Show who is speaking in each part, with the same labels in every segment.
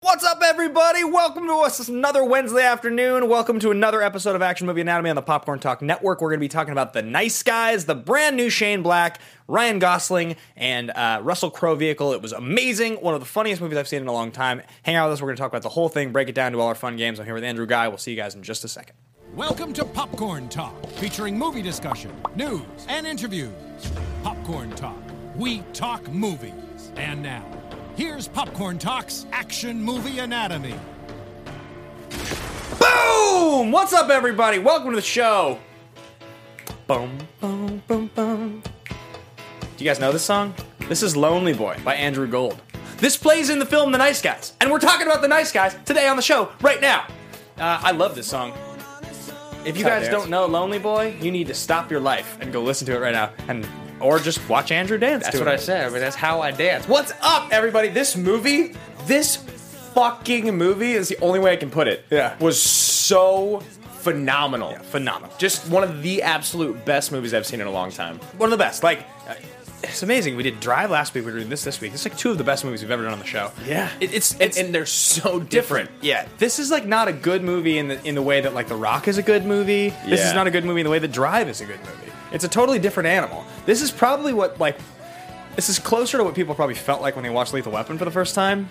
Speaker 1: What's up, everybody? Welcome to us another Wednesday afternoon. Welcome to another episode of Action Movie Anatomy on the Popcorn Talk Network. We're going to be talking about The Nice Guys, the brand new Shane Black, Ryan Gosling, and uh, Russell Crowe vehicle. It was amazing. One of the funniest movies I've seen in a long time. Hang out with us. We're going to talk about the whole thing, break it down, do all our fun games. I'm here with Andrew Guy. We'll see you guys in just a second.
Speaker 2: Welcome to Popcorn Talk, featuring movie discussion, news, and interviews. Popcorn Talk, we talk movies. And now, here's Popcorn Talk's Action Movie Anatomy.
Speaker 1: Boom! What's up, everybody? Welcome to the show. Boom, boom, boom, boom. Do you guys know this song? This is Lonely Boy by Andrew Gold. This plays in the film The Nice Guys, and we're talking about The Nice Guys today on the show right now. Uh, I love this song. If you
Speaker 3: Gotta
Speaker 1: guys
Speaker 3: dance.
Speaker 1: don't know Lonely Boy, you need to stop your life and go listen to it right now, and or just watch Andrew dance.
Speaker 3: That's
Speaker 1: to
Speaker 3: what
Speaker 1: it.
Speaker 3: I said. I mean, that's how I dance. What's up, everybody? This movie, this fucking movie is the only way I can put it.
Speaker 1: Yeah.
Speaker 3: Was so phenomenal.
Speaker 1: Phenomenal.
Speaker 3: Just one of the absolute best movies I've seen in a long time.
Speaker 1: one of the best. Like, uh, it's amazing. We did Drive last week. We're doing this this week. It's like two of the best movies we've ever done on the show.
Speaker 3: Yeah.
Speaker 1: it, it's
Speaker 3: And,
Speaker 1: it's
Speaker 3: and they're so different.
Speaker 1: yeah. This is like not a good movie in the in the way that like The Rock is a good movie. This
Speaker 3: Yeah.
Speaker 1: is not a good movie in the way that Drive is a good movie. It's a totally different animal. This is probably what like. This is closer to what people probably felt like when they watched Lethal Weapon for the first time,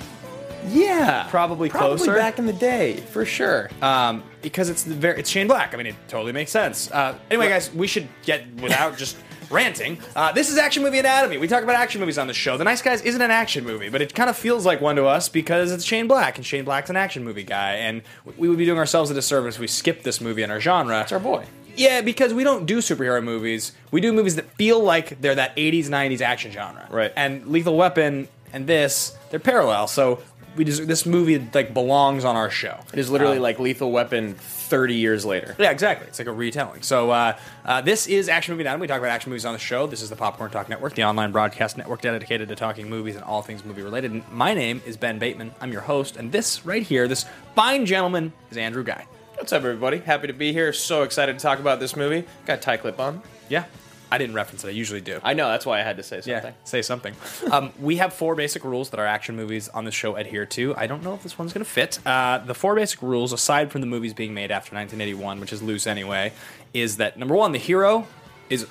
Speaker 3: Yeah.
Speaker 1: Probably closer.
Speaker 3: back in the day, for sure.
Speaker 1: um, because it's the very it's Shane Black. I mean, it totally makes sense. Uh, anyway, guys, we should get without just ranting. Uh, this is Action Movie Anatomy. We talk about action movies on the show. The Nice Guys isn't an action movie, but it kind of feels like one to us because it's Shane Black, and Shane Black's an action movie guy, and we would be doing ourselves a disservice if we skipped this movie in our genre.
Speaker 3: it's our boy.
Speaker 1: Yeah, because we don't do superhero movies. We do movies that feel like they're that 80s, 90s action genre.
Speaker 3: Right.
Speaker 1: And Lethal Weapon and this, they're parallel. So we just this movie like belongs on our show.
Speaker 3: It is literally
Speaker 1: Um,
Speaker 3: like Lethal Weapon 30 years later.
Speaker 1: yeah, exactly. It's like a retelling. So uh, uh, this is Action Movie Anatomy. We talk about action movies on the show. This is the Popcorn Talk Network, the online broadcast network dedicated to talking movies and all things movie related. And my name is Ben Bateman. I'm your host, and this right here, this fine gentleman, is Andrew Guy.
Speaker 3: What's up, everybody? Happy to be here. So excited to talk about this movie. Got a tie clip on.
Speaker 1: Yeah, I didn't reference it. I usually do.
Speaker 3: I know, that's why I had to say something.
Speaker 1: yeah, say something. um, we have four basic rules that our action movies on the show adhere to. I don't know if this one's going to fit. Uh, the four basic rules, aside from the movies being made after 1981, which is loose anyway, is that number one, the hero is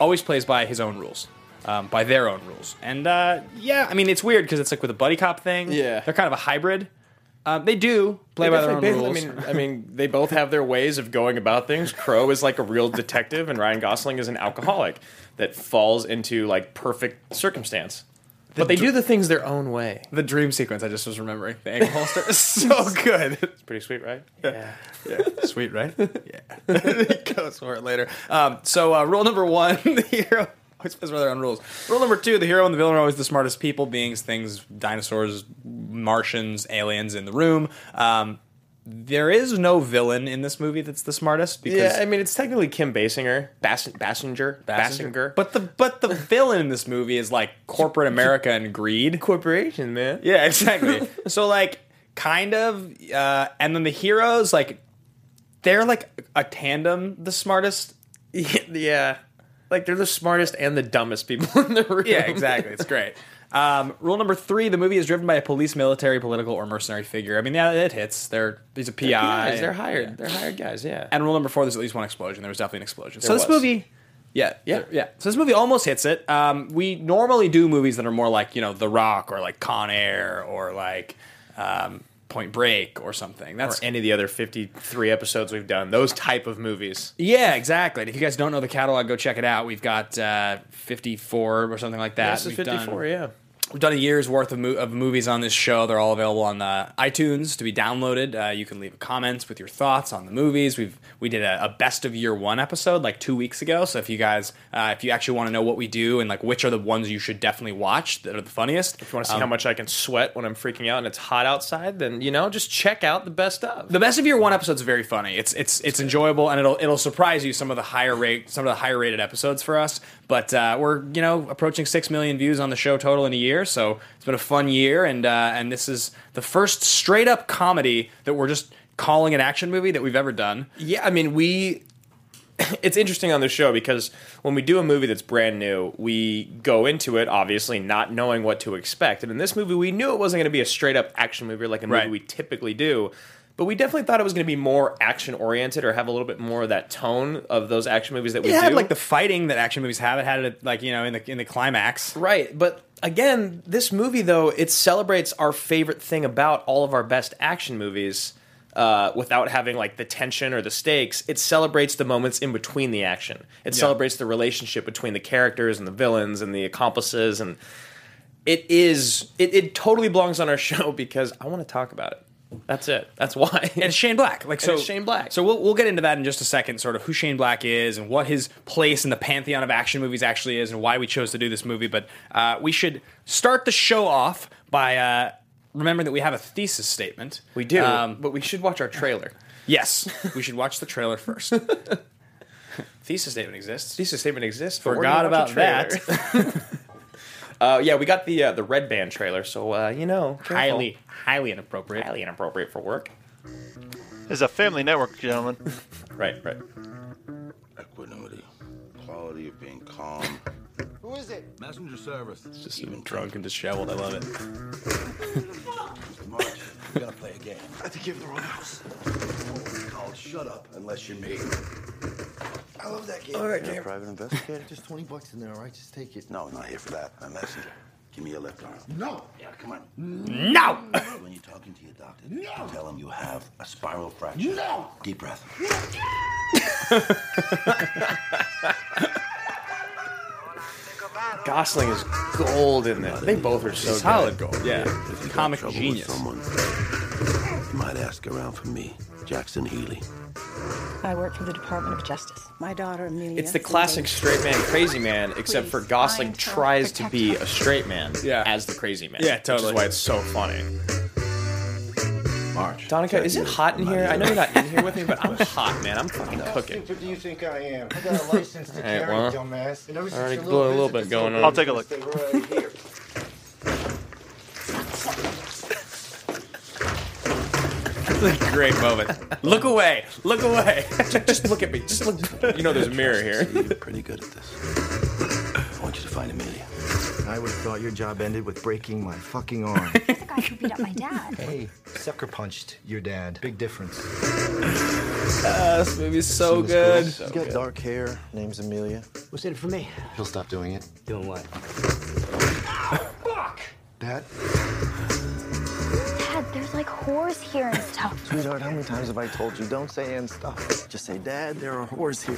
Speaker 1: always plays by his own rules. Um, by their own rules, and uh, yeah, I mean it's weird because it's like with a buddy cop thing.
Speaker 3: Yeah.
Speaker 1: they're kind of a hybrid. Um, they do play
Speaker 3: They
Speaker 1: by their own
Speaker 3: definitely-
Speaker 1: rules.
Speaker 3: they- I mean, I mean, they both have their ways of going about things. Crow is like a real detective, and Ryan Gosling is an alcoholic that falls into like perfect circumstance. But they do the things their own way.
Speaker 1: the dream sequence I just was remembering the ankle holster is so good.
Speaker 3: It's pretty sweet, right? Yeah.
Speaker 1: Sweet, right? yeah. it goes for it later. Um, so uh, rule number one, the hero always plays by their own rules. Rule number two, the hero and the villain are always the smartest people, beings, things, dinosaurs, Martians, aliens in the room. Um, there is no villain in this movie that's the smartest because
Speaker 3: Yeah, I mean, it's technically Kim Basinger, Bass- Bassinger, Bassinger,
Speaker 1: But the but the villain in this movie is like corporate America and greed.
Speaker 3: corporation, man.
Speaker 1: Yeah, exactly. so like kind of uh and then the heroes like they're like a tandem the smartest.
Speaker 3: Yeah, yeah. Like they're the smartest and the dumbest people in the room.
Speaker 1: Yeah, exactly. It's great. Um, rule number three: the movie is driven by a police, military, political, or mercenary figure. I mean, yeah, it hits. They're he's a PI.
Speaker 3: guys, they're hired.
Speaker 1: Yeah.
Speaker 3: They're hired guys. Yeah.
Speaker 1: And rule number four: there's at least one explosion. There was definitely an explosion. so
Speaker 3: There
Speaker 1: this
Speaker 3: was.
Speaker 1: movie, yeah,
Speaker 3: Yeah.
Speaker 1: yeah. So this movie almost hits it. Um, we normally do movies that are more like you know The Rock or like Con Air or like um, Point Break or something.
Speaker 3: or
Speaker 1: That's
Speaker 3: any of the other fifty-three episodes we've done, those type of movies.
Speaker 1: Yeah, exactly. And if you guys don't know the catalog, go check it out. We've got uh, 54 or something like that.
Speaker 3: This is
Speaker 1: We've done-
Speaker 3: fifty-four. Yeah.
Speaker 1: We've done a year's worth of, mo- of movies on this show. They're all available on uh, iTunes to be downloaded. Uh, you can leave comments with your thoughts on the movies. We've we did a, a best of year one episode like two weeks ago. So if you guys, uh, if you actually want to know what we do and like which are the ones you should definitely watch that are the funniest, um,
Speaker 3: If you want to see how much I can sweat when I'm freaking out and it's hot outside, then you know, just check out the best of.
Speaker 1: The best of year one episode's very funny. It's it's it's enjoyable and it'll it'll surprise you some of the higher rate some of the higher rated episodes for us. But uh, we're you know approaching six million views on the show total in a year, so it's been a fun year and uh, and this is the first straight up comedy that we're just calling an action movie that we've ever done.
Speaker 3: yeah, I mean, we it's interesting on this show because when we do a movie that's brand new, we go into it obviously not knowing what to expect. And in this movie, we knew it wasn't going to be a straight up action movie like a movie
Speaker 1: Right.
Speaker 3: we typically do. But we definitely thought it was going to be more action oriented or have a little bit more of that tone of those action movies that we
Speaker 1: It
Speaker 3: do.
Speaker 1: had like the fighting that action movies have. It had it like you know in the in the climax.
Speaker 3: Right, but again, this movie though it celebrates our favorite thing about all of our best action movies. Uh, without having like the tension or the stakes, it celebrates the moments in between the action. It celebrates the relationship between the characters and the villains and the accomplices, and it is it, it totally belongs on our show because I want to talk about it. That's it. That's why.
Speaker 1: and it's Shane Black. Like so,
Speaker 3: it's Shane Black.
Speaker 1: So we'll we'll get into that in just a second. Sort of who Shane Black is and what his place in the pantheon of action movies actually is, and why we chose to do this movie. But uh, we should start the show off by uh, remembering that we have a thesis statement.
Speaker 3: we do,
Speaker 1: Um,
Speaker 3: but we should watch our trailer.
Speaker 1: yes, we should watch the trailer first. thesis statement exists.
Speaker 3: Thesis statement exists. but we're
Speaker 1: Forgot
Speaker 3: gonna watch
Speaker 1: about
Speaker 3: a
Speaker 1: that.
Speaker 3: trailer. Uh, yeah, we got the uh, the red band trailer, so uh, you know, careful.
Speaker 1: highly, highly inappropriate.
Speaker 3: highly inappropriate for work.
Speaker 4: It's a family network, gentlemen.
Speaker 3: Right, right.
Speaker 5: equanimity, quality of being calm.
Speaker 6: Who is it?
Speaker 5: Messenger service. It's just even
Speaker 1: Drunk and disheveled. I love it.
Speaker 5: March. We gotta play a game. I have to give the wrong house. It's called Shut Up Unless You're Me. I love that game. All right,
Speaker 6: You're a private investigator?
Speaker 5: There's 20 bucks in there, all right? Just take it. No, I'm not here for that. I'm messenger. Give me your left arm. No. Yeah, come on.
Speaker 1: No.
Speaker 5: When you're talking to your doctor, tell him you have a spiral fracture. No. Deep breath.
Speaker 3: Gosling is gold in this. They both are so
Speaker 1: Solid
Speaker 3: good.
Speaker 1: goal. Yeah.
Speaker 5: If you got
Speaker 1: Comic
Speaker 5: trouble with
Speaker 1: genius.
Speaker 5: someone, you might ask around for me, Jackson Healy.
Speaker 7: I work for the Department of Justice.
Speaker 8: My daughter Amelia.
Speaker 3: It's the classic straight man, crazy man, except for
Speaker 8: Please,
Speaker 3: Gosling
Speaker 8: I'm to
Speaker 3: tries to
Speaker 8: protect
Speaker 3: be
Speaker 8: her.
Speaker 3: a straight man
Speaker 1: Yeah.
Speaker 3: as the crazy man.
Speaker 1: Yeah,
Speaker 3: Which
Speaker 1: totally.
Speaker 3: is why it's so funny.
Speaker 5: March.
Speaker 3: Donica,
Speaker 5: Tell
Speaker 3: is
Speaker 5: you
Speaker 3: it hot in
Speaker 5: I'm
Speaker 3: here?
Speaker 5: out
Speaker 3: I know you're not in here with me, but I'm hot, man. I'm fucking cooking.
Speaker 6: What do you think I am? I got a license to carry,
Speaker 3: well,
Speaker 6: dumbass. And ever since
Speaker 3: already
Speaker 6: your
Speaker 3: blew a little
Speaker 6: visit
Speaker 3: bit
Speaker 6: to
Speaker 3: going
Speaker 6: Silver
Speaker 3: on.
Speaker 4: I'll take a look.
Speaker 6: Lake, they were right here.
Speaker 1: Great moment. Look away. Look away.
Speaker 3: Just look at me. Just look. You know there's a mirror here.
Speaker 5: You're pretty good at this. I want you to find Amelia.
Speaker 6: I would have thought your job ended with breaking my fucking arm.
Speaker 9: the guy who beat up my dad.
Speaker 6: hey, sucker punched your dad. Big difference.
Speaker 1: this movie's so good.
Speaker 6: She's got dark hair. Name's Amelia. What's in it for me? He'll stop doing it. Doing what? Fuck! That?
Speaker 9: Dad, there's like whores here and stuff.
Speaker 6: Sweetheart, how many times have I told you don't say and stuff? Just say, Dad, there are whores here.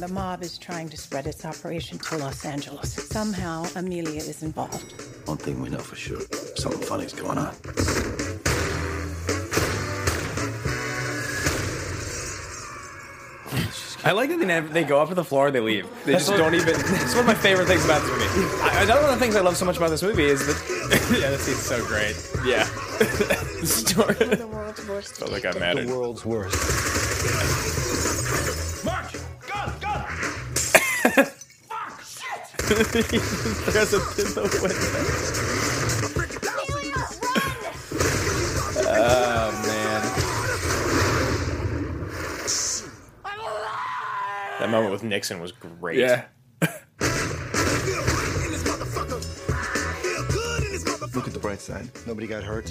Speaker 8: The mob is trying to spread its operation to Los Angeles. Somehow, Amelia is involved.
Speaker 5: One thing we know for sure something funny's going on.
Speaker 1: I like that they never, they go up to the floor and they leave. They just don't even. It's one of my favorite things about this movie. I, another one of the things I love so much about this movie is that. yeah, this scene's so great.
Speaker 3: Yeah. Story. I
Speaker 9: The world's worst.
Speaker 3: felt like I'm mad at
Speaker 6: world's worst.
Speaker 3: That moment with Nixon was great.
Speaker 6: Look at the bright side. Nobody got hurt.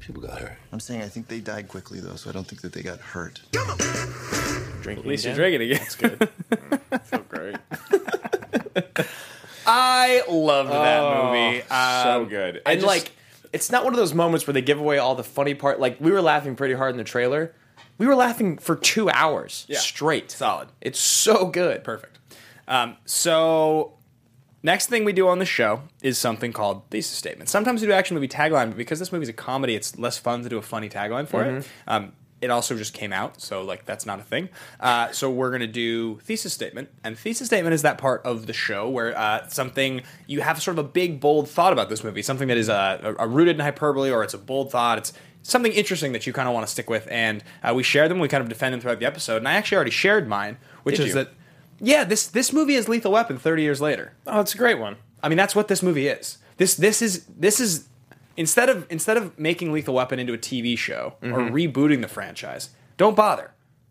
Speaker 5: People got hurt.
Speaker 6: I'm saying I think they died quickly, though, so I don't think that they got hurt.
Speaker 3: Drinking
Speaker 1: At least you're
Speaker 3: again.
Speaker 1: drinking again.
Speaker 3: It's good. Mm, feel great.
Speaker 1: I loved
Speaker 3: Oh.
Speaker 1: that movie.
Speaker 3: so
Speaker 1: Um,
Speaker 3: good.
Speaker 1: Oh, I
Speaker 3: And
Speaker 1: just-
Speaker 3: like, it's not one of those moments where they give away all the funny part. Like we were laughing pretty hard in the trailer. We were laughing for two hours
Speaker 1: Yeah.
Speaker 3: straight.
Speaker 1: Solid.
Speaker 3: It's so good.
Speaker 1: Perfect. Um, so, next thing we do on the show is something called thesis statement. Sometimes we do action movie tagline, but because this movie's a comedy, it's less fun to do a funny tagline for
Speaker 3: Mm-hmm.
Speaker 1: it. Um, it also just came out, so like that's not a thing. Uh, so we're gonna do thesis statement, and thesis statement is that part of the show where uh, something you have sort of a big bold thought about this movie, something that is uh, a, a rooted in hyperbole or it's a bold thought. It's something interesting that you kind of want to stick with, and uh, we share them. We kind of defend them throughout the episode, and I actually already shared mine, which
Speaker 3: Did
Speaker 1: is
Speaker 3: you?
Speaker 1: that yeah, this this movie is Lethal Weapon 30 years later.
Speaker 3: Oh, it's a great one.
Speaker 1: I mean, that's what this movie is. This this is this is Instead of instead of making Lethal Weapon into a TV show or
Speaker 3: Mm-hmm.
Speaker 1: rebooting the franchise, don't bother.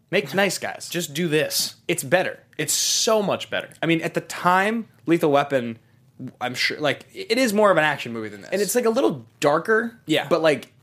Speaker 1: Make Nice Guys. Just
Speaker 3: Just do this.
Speaker 1: it's better.
Speaker 3: It's so much better.
Speaker 1: I mean, at the time, Lethal Weapon, I'm sure, like it is more of an action movie than this.
Speaker 3: And it's like a little darker,
Speaker 1: Yeah.
Speaker 3: but like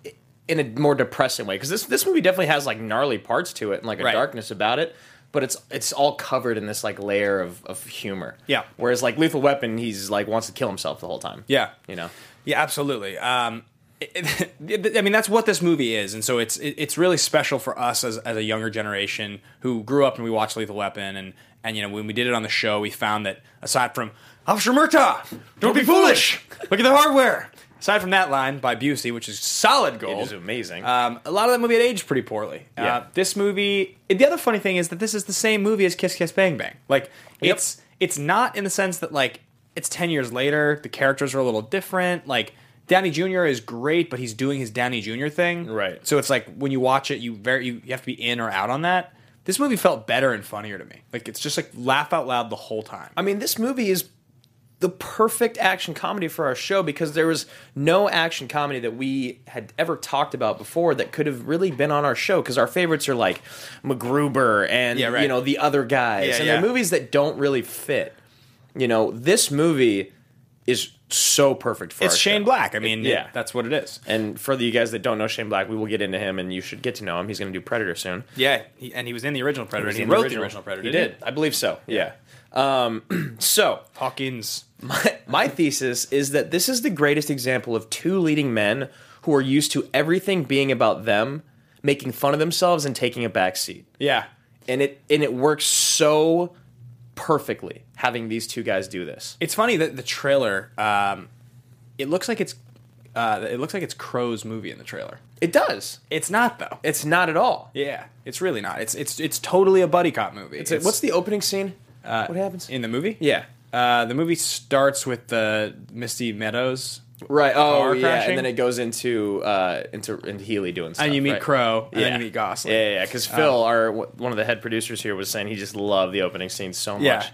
Speaker 3: in a more depressing way because this this movie definitely has like gnarly parts to it and like a
Speaker 1: Right.
Speaker 3: darkness about it. But it's it's all covered in this like layer of, of humor.
Speaker 1: Yeah.
Speaker 3: Whereas like Lethal Weapon, he's like wants to kill himself the whole time.
Speaker 1: Yeah.
Speaker 3: You know.
Speaker 1: Yeah, absolutely. Um, it- it- I mean, that's what this movie is, and so it's it, it's really special for us as, as a younger generation who grew up and we watched Lethal Weapon, and and you know when we did it on the show, we found that aside from Officer Murtaugh, don't, be, foolish. look at the hardware. Aside from that line by Busey, which is solid gold,
Speaker 3: It is amazing.
Speaker 1: Um, a lot of that movie had aged pretty poorly.
Speaker 3: Yeah.
Speaker 1: Uh, this movie. and The other funny thing is that this is the same movie as Kiss Kiss Bang Bang. Like it's it's not in the sense that like it's ten years later. The characters are a little different. Like Downey Jr. is great, but he's doing his Downey Jr. thing.
Speaker 3: Right.
Speaker 1: So it's like when you watch it, you very you, you have to be in or out on that. This movie felt better and funnier to me. Like it's just like laugh out loud the whole time.
Speaker 3: I mean, this movie is the perfect action comedy for our show because there was no action comedy that we had ever talked about before that could have really been on our show because our favorites are like MacGruber and
Speaker 1: Yeah, right.
Speaker 3: you know the other guys
Speaker 1: Yeah,
Speaker 3: and
Speaker 1: yeah.
Speaker 3: they're movies that don't really fit. You know, this movie is so perfect for
Speaker 1: it's
Speaker 3: our
Speaker 1: Shane
Speaker 3: show.
Speaker 1: Black. I mean,
Speaker 3: yeah.
Speaker 1: that's what it is.
Speaker 3: And for the guys that don't know Shane Black, we will get into him, and you should get to know him. He's going to do Predator soon.
Speaker 1: Yeah, he, and he was in the original Predator.
Speaker 3: He
Speaker 1: He,
Speaker 3: was in
Speaker 1: wrote the original Predator.
Speaker 3: He
Speaker 1: didn't
Speaker 3: did, I believe so. Yeah. Um, so
Speaker 1: Hawkins.
Speaker 3: my, my thesis is that this is the greatest example of two leading men who are used to everything being about them, making fun of themselves and taking a back seat.
Speaker 1: Yeah.
Speaker 3: And it and it works so perfectly having these two guys do this.
Speaker 1: It's funny that the trailer, um, it looks like it's, uh, it looks like it's Crow's movie in the trailer.
Speaker 3: It does.
Speaker 1: It's not though.
Speaker 3: It's not at all.
Speaker 1: yeah, it's really not. It's it's it's totally a buddy cop movie.
Speaker 3: It's- what's the opening scene? Uh, what happens?
Speaker 1: in the movie?
Speaker 3: yeah.
Speaker 1: Uh, the movie starts with the Misty Meadows,
Speaker 3: Right. Oh,
Speaker 1: Car
Speaker 3: yeah.
Speaker 1: crashing?
Speaker 3: And then it goes into uh, into into Healy doing stuff.
Speaker 1: and you meet
Speaker 3: Oh, right?
Speaker 1: Crow, and then you meet Gosling.
Speaker 3: Yeah, yeah. Because Phil, our one of the head producers here, was saying he just loved the opening scene so much.
Speaker 1: Yeah.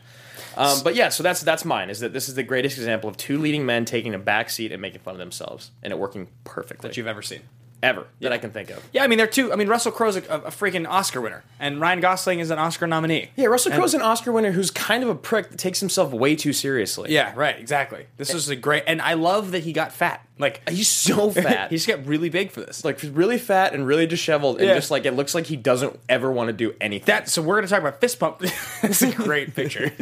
Speaker 3: Um, but yeah, so that's that's mine. Is that this is the greatest example of two leading men taking a backseat and making fun of themselves, and it working perfectly
Speaker 1: that you've ever seen.
Speaker 3: ever that I can think of.
Speaker 1: Yeah, I mean they're two. I mean Russell Crowe's a, a, a freaking Oscar winner, and Ryan Gosling is an Oscar nominee.
Speaker 3: Yeah, Russell Crowe's an Oscar winner who's kind of a prick that takes himself way too seriously.
Speaker 1: Yeah, right. Exactly. This is a great, and I love that he got fat. Like
Speaker 3: he's so fat.
Speaker 1: he just got really big for this.
Speaker 3: like really fat and really disheveled, and
Speaker 1: Yeah.
Speaker 3: just like it looks like he doesn't ever want to do anything.
Speaker 1: That so we're gonna talk about fist pump. It's a great picture.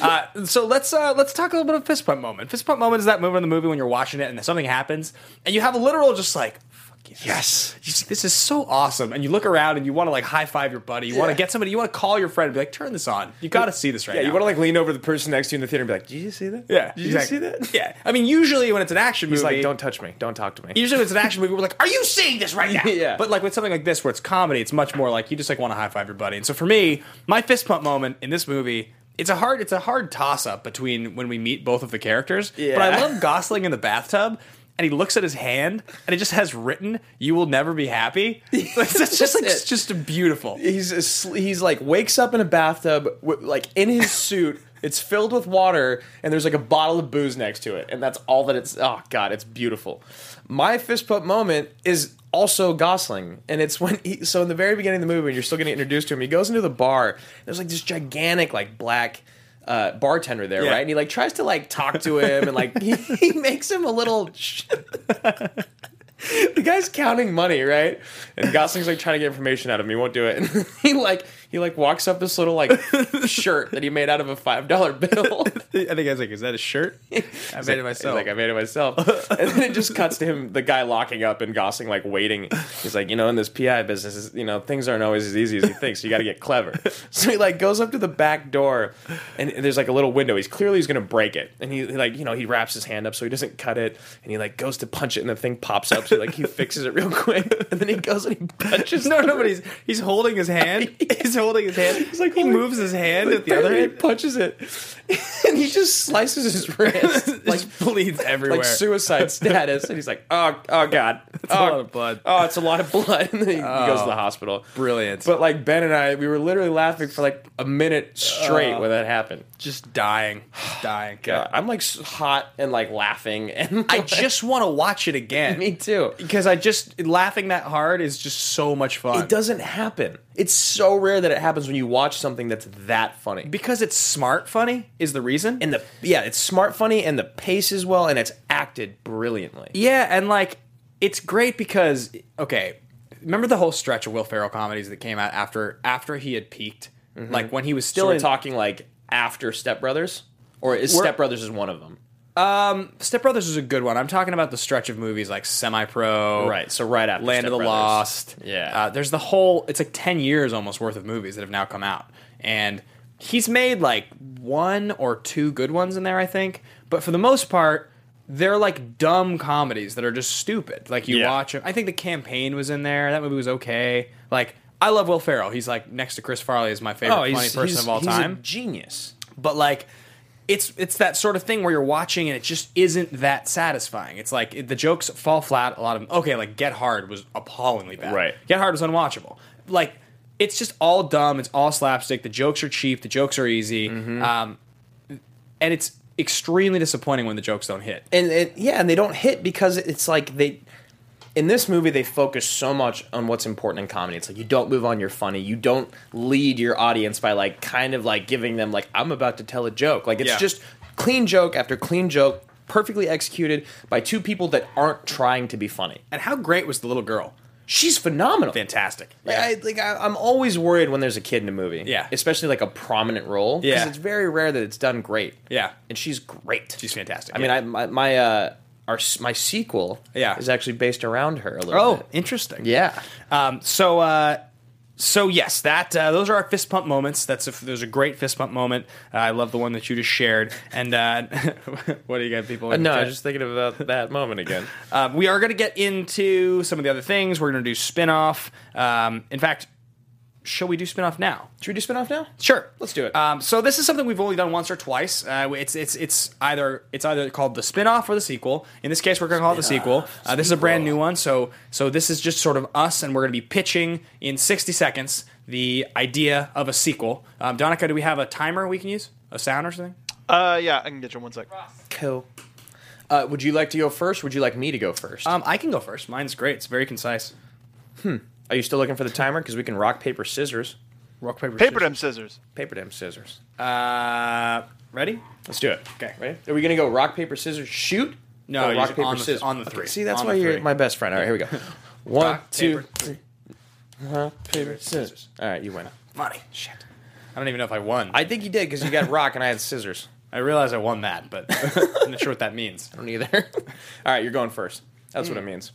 Speaker 1: uh, so let's uh, let's talk a little bit of fist pump moment. Fist pump moment is that moment in the movie when you're watching it and something happens and you have a literal just like. "Fuck Yes, You just- this is so awesome, and you look around and you want to like high five your buddy. You want to
Speaker 3: Yeah.
Speaker 1: get somebody. You want to call your friend and be like, "Turn this on. You got to see this right
Speaker 3: yeah,
Speaker 1: now."
Speaker 3: you want to like lean over the person next to you in the theater and be like, "Did you see that?
Speaker 1: yeah,
Speaker 3: did
Speaker 1: exactly.
Speaker 3: you see that?
Speaker 1: Yeah, I mean, usually when it's an action
Speaker 3: He's
Speaker 1: movie,
Speaker 3: like, "Don't touch me. Don't talk to me."
Speaker 1: Usually, when it's an action movie, we're like, "Are you seeing this right now?"
Speaker 3: Yeah.
Speaker 1: But like with something like this, where it's comedy, it's much more like you just like want to high five your buddy. And so for me, my fist pump moment in this movie, it's a hard, it's a hard toss up between when we meet both of the characters.
Speaker 3: Yeah.
Speaker 1: But I love Gosling in the bathtub. And he looks at his hand, and it just has written, "You will never be happy." Like, it's just like
Speaker 3: That's
Speaker 1: it's
Speaker 3: it.
Speaker 1: just beautiful.
Speaker 3: he's asl- he's like wakes up in a bathtub wi- like in his suit it's filled with water and there's like a bottle of booze next to it and that's all that it's oh god it's beautiful my fist pump moment is also gosling and it's when he so in the very beginning of the movie when you're still getting introduced to him he goes into the bar and there's like this gigantic like black uh, bartender there
Speaker 1: Yeah.
Speaker 3: right and he like tries to like talk to him and like he, he makes him a little sh- the guy's counting money, right? And Gosling's like trying to get information out of him. He won't do it. And he like he like walks up this little like shirt that he made out of a five dollar bill.
Speaker 1: I think I was like, "Is that a shirt?" I made it myself.
Speaker 3: He's like, I made it myself. And then it just cuts to him, the guy locking up and Gosling like waiting. He's like, you know, in this PI business, is- you know, things aren't always as easy as you think. So you got to get clever. So he like goes up to the back door, and there's like a little window. He's clearly he's gonna break it, and he like you know he wraps his hand up so he doesn't cut it, and he like goes to punch it, and the thing pops up. So like he fixes it real quick, and then he goes and he punches.
Speaker 1: no,
Speaker 3: the-
Speaker 1: nobody's. He's holding his hand. He's holding his hand. He's like, he
Speaker 3: holding-
Speaker 1: moves his hand
Speaker 3: Like,
Speaker 1: at the other
Speaker 3: barely
Speaker 1: hand.
Speaker 3: punches it, and he just slices his wrist like
Speaker 1: Like bleeds everywhere.
Speaker 3: like suicide status. And he's like, oh, oh god,
Speaker 1: a
Speaker 3: oh,
Speaker 1: lot of blood.
Speaker 3: Oh, it's a lot of blood. And then he, he goes to the hospital.
Speaker 1: Brilliant.
Speaker 3: But like Ben and I, we were literally laughing for like a minute straight when that happened.
Speaker 1: just dying, just dying.
Speaker 3: Uh, God, I'm like s- hot and like laughing, and
Speaker 1: I just want to watch it again.
Speaker 3: me too.
Speaker 1: because I just laughing that hard is just so much fun.
Speaker 3: It doesn't happen. It's so rare that it happens when you watch something that's that funny.
Speaker 1: because it's smart funny is the reason.
Speaker 3: and the yeah, it's smart funny, and the pace is well, and it's acted brilliantly.
Speaker 1: Yeah, and like it's great because okay, remember the whole stretch of Will Ferrell comedies that came out after after he had peaked, like when he was still
Speaker 3: Mm-hmm. So we're
Speaker 1: in
Speaker 3: talking like after Step Brothers, or is
Speaker 1: We're-
Speaker 3: Step Brothers is one of them,
Speaker 1: Step Brothers is a good one. I'm talking about the stretch of movies like Semi Pro,
Speaker 3: right? So right after
Speaker 1: Land
Speaker 3: Step
Speaker 1: of the
Speaker 3: Brothers.
Speaker 1: Lost.
Speaker 3: Yeah.
Speaker 1: uh, there's the whole. It's like ten years almost worth of movies that have now come out, and he's made like one or two good ones in there, I think. But for the most part, they're like dumb comedies that are just stupid. Like you
Speaker 3: Yeah.
Speaker 1: watch 'em- I think the campaign was in there. That movie was okay. Like I love Will Ferrell. He's like next to Chris Farley is my favorite
Speaker 3: Oh, he's,
Speaker 1: funny person
Speaker 3: he's-
Speaker 1: of all
Speaker 3: he's a
Speaker 1: time
Speaker 3: genius.
Speaker 1: but like it's it's that sort of thing where you're watching and it just isn't that satisfying. It's like it, the jokes fall flat. A lot of okay, like Get Hard was appallingly bad.
Speaker 3: Right.
Speaker 1: Get Hard was unwatchable. Like it's just all dumb. It's all slapstick. The jokes are cheap. The jokes are easy.
Speaker 3: Mm-hmm.
Speaker 1: Um, and it's extremely disappointing when the jokes don't hit.
Speaker 3: and it, yeah, and they don't hit because it's like they in this movie they focus so much on what's important in comedy. It's like you don't move on your funny, you don't lead your audience by like kind of like giving them like I'm about to tell a joke. Like it's
Speaker 1: Yeah.
Speaker 3: just clean joke after clean joke, perfectly executed by two people that aren't trying to be funny.
Speaker 1: And how great was the little girl?
Speaker 3: She's phenomenal.
Speaker 1: Fantastic.
Speaker 3: Like, I, like I, I'm always worried when there's a kid in a movie,
Speaker 1: Yeah.
Speaker 3: especially like a prominent role,
Speaker 1: Yeah.
Speaker 3: it's very rare that it's done great.
Speaker 1: Yeah.
Speaker 3: and she's great.
Speaker 1: She's fantastic,
Speaker 3: I
Speaker 1: yeah.
Speaker 3: mean, I my, my uh, our s- my sequel,
Speaker 1: Yeah.
Speaker 3: is actually based around her a little.
Speaker 1: Oh,
Speaker 3: bit.
Speaker 1: interesting.
Speaker 3: yeah,
Speaker 1: Um, so, uh, so yes, that uh, those are our fist pump moments. That's a, there's a great fist pump moment. Uh, I love the one that you just shared. And uh, what do you got, people? in the
Speaker 3: Uh, no, I
Speaker 1: chat?
Speaker 3: was just thinking about that moment again.
Speaker 1: Um, we are going to get into some of the other things. We're going to do spin off. Um, in fact, shall we do spin off now?
Speaker 3: Should we do spin off now?
Speaker 1: Sure,
Speaker 3: Let's do it.
Speaker 1: Um, so this is something we've only done once or twice. Uh, it's it's it's either it's either called the spin-off or the sequel. In this case, we're going to call it the sequel. Uh, this is a brand new one, so so this is just sort of us, and we're going to be pitching in sixty seconds the idea of a sequel. Um, Donica, do we have a timer we can use, a sound or something?
Speaker 4: Uh, yeah, I can get you one sec.
Speaker 3: Cool. Uh, would you like to go first? Would you like me to go first?
Speaker 1: Um, I can go first. Mine's great. It's very concise.
Speaker 3: Are you still looking for the timer? Because we can rock paper scissors.
Speaker 1: Rock paper
Speaker 4: Paper
Speaker 1: scissors.
Speaker 4: them scissors.
Speaker 3: Paper damn scissors.
Speaker 1: Uh, ready?
Speaker 3: Let's do it.
Speaker 1: Okay.
Speaker 3: Ready? Are we gonna go rock paper scissors shoot?
Speaker 1: No,
Speaker 3: Or
Speaker 1: you
Speaker 3: rock
Speaker 1: just-
Speaker 3: paper
Speaker 1: on the-
Speaker 3: scissors
Speaker 1: on the
Speaker 3: Okay,
Speaker 1: three.
Speaker 3: see, that's
Speaker 1: On
Speaker 3: why
Speaker 1: the
Speaker 3: you're
Speaker 1: three.
Speaker 3: my best friend. All right, here we go. One,
Speaker 1: Rock,
Speaker 3: two,
Speaker 1: paper,
Speaker 3: three. Rock, paper scissors. All right, you win.
Speaker 1: Money. Shit. I don't even know if I won. I,
Speaker 3: I think you did because you got rock and I had scissors.
Speaker 1: I realize I won that, but I'm not sure what that means.
Speaker 3: I don't either. All right, you're going first. That's what it means.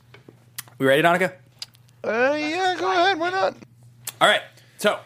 Speaker 1: We ready, Donica?
Speaker 4: Uh, yeah, go ahead. Why not?
Speaker 1: All right. So,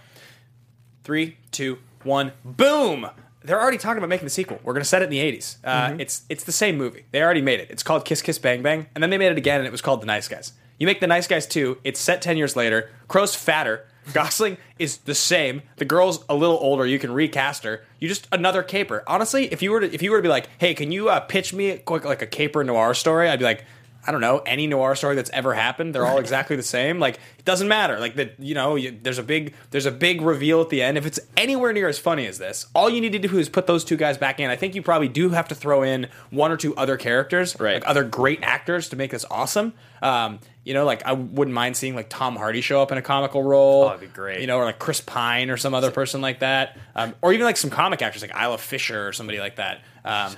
Speaker 1: three, two, one, boom. They're already talking about making the sequel. We're going to set it in the 80s. Uh, It's it's the same movie. They already made it. It's called Kiss Kiss Bang Bang, and then they made it again, and it was called The Nice Guys. You make The Nice Guys 2, it's set 10 years later. Crow's fatter. Gosling is the same. The girl's a little older. You can recast her. You just another caper. Honestly, if you were to if you were to be like, hey, can you uh, pitch me a quick like a caper noir story? I'd be like, I don't know any noir story that's ever happened. They're all exactly the same. Like it doesn't matter. Like that, you know. You, there's a big there's a big reveal at the end. If it's anywhere near as funny as this, all you need to do is put those two guys back in. I think you probably do have to throw in one or two other characters,
Speaker 3: Right.
Speaker 1: Like other great actors to make this awesome. Um, you know, like I wouldn't mind seeing like Tom Hardy show up in a comical role.
Speaker 3: Oh, that'd be great.
Speaker 1: You know, or like Chris Pine or some other person like that, um, or even like some comic actors like Isla Fisher or somebody like that. Um,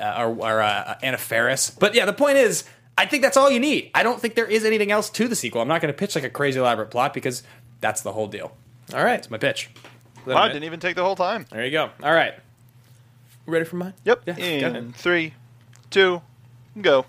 Speaker 1: uh, or or uh, Anna Ferris. But yeah, the point is, I think that's all you need. I don't think there is anything else to the sequel. I'm not going to pitch like a crazy elaborate plot because that's the whole deal.
Speaker 3: All right.
Speaker 1: My pitch.
Speaker 3: Wait a
Speaker 4: Wow,
Speaker 3: minute.
Speaker 4: didn't even take the whole time.
Speaker 3: There you go. All right. Ready for mine?
Speaker 4: Yep.
Speaker 1: Yeah, go
Speaker 4: In
Speaker 1: ahead.
Speaker 4: three, two, go.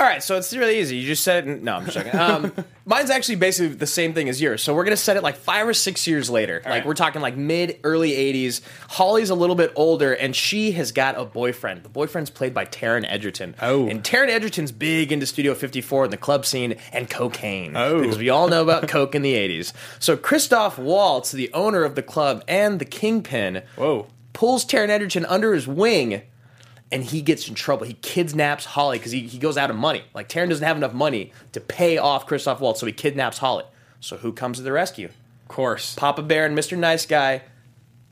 Speaker 3: All right, so it's really easy. You just set it. In, no, I'm just joking. Um, mine's actually basically the same thing as yours. So we're gonna set it like five or six years later. like
Speaker 1: right.
Speaker 3: we're talking like mid early '80s. Holly's a little bit older, and she has got a boyfriend. The boyfriend's played by Taron Egerton.
Speaker 1: Oh.
Speaker 3: and Taron Egerton's big into Studio 54 and the club scene and cocaine. Oh, because we all know about coke in the '80s. So Christoph Waltz, the owner of the club and the kingpin,
Speaker 1: Whoa.
Speaker 3: pulls Taron Egerton under his wing and he gets in trouble. He kidnaps Holly because he, he goes out of money. Like Taryn doesn't have enough money to pay off Christoph Waltz, so he kidnaps Holly. So who comes to the rescue?
Speaker 1: Of course.
Speaker 3: Papa Bear and Mr. Nice Guy,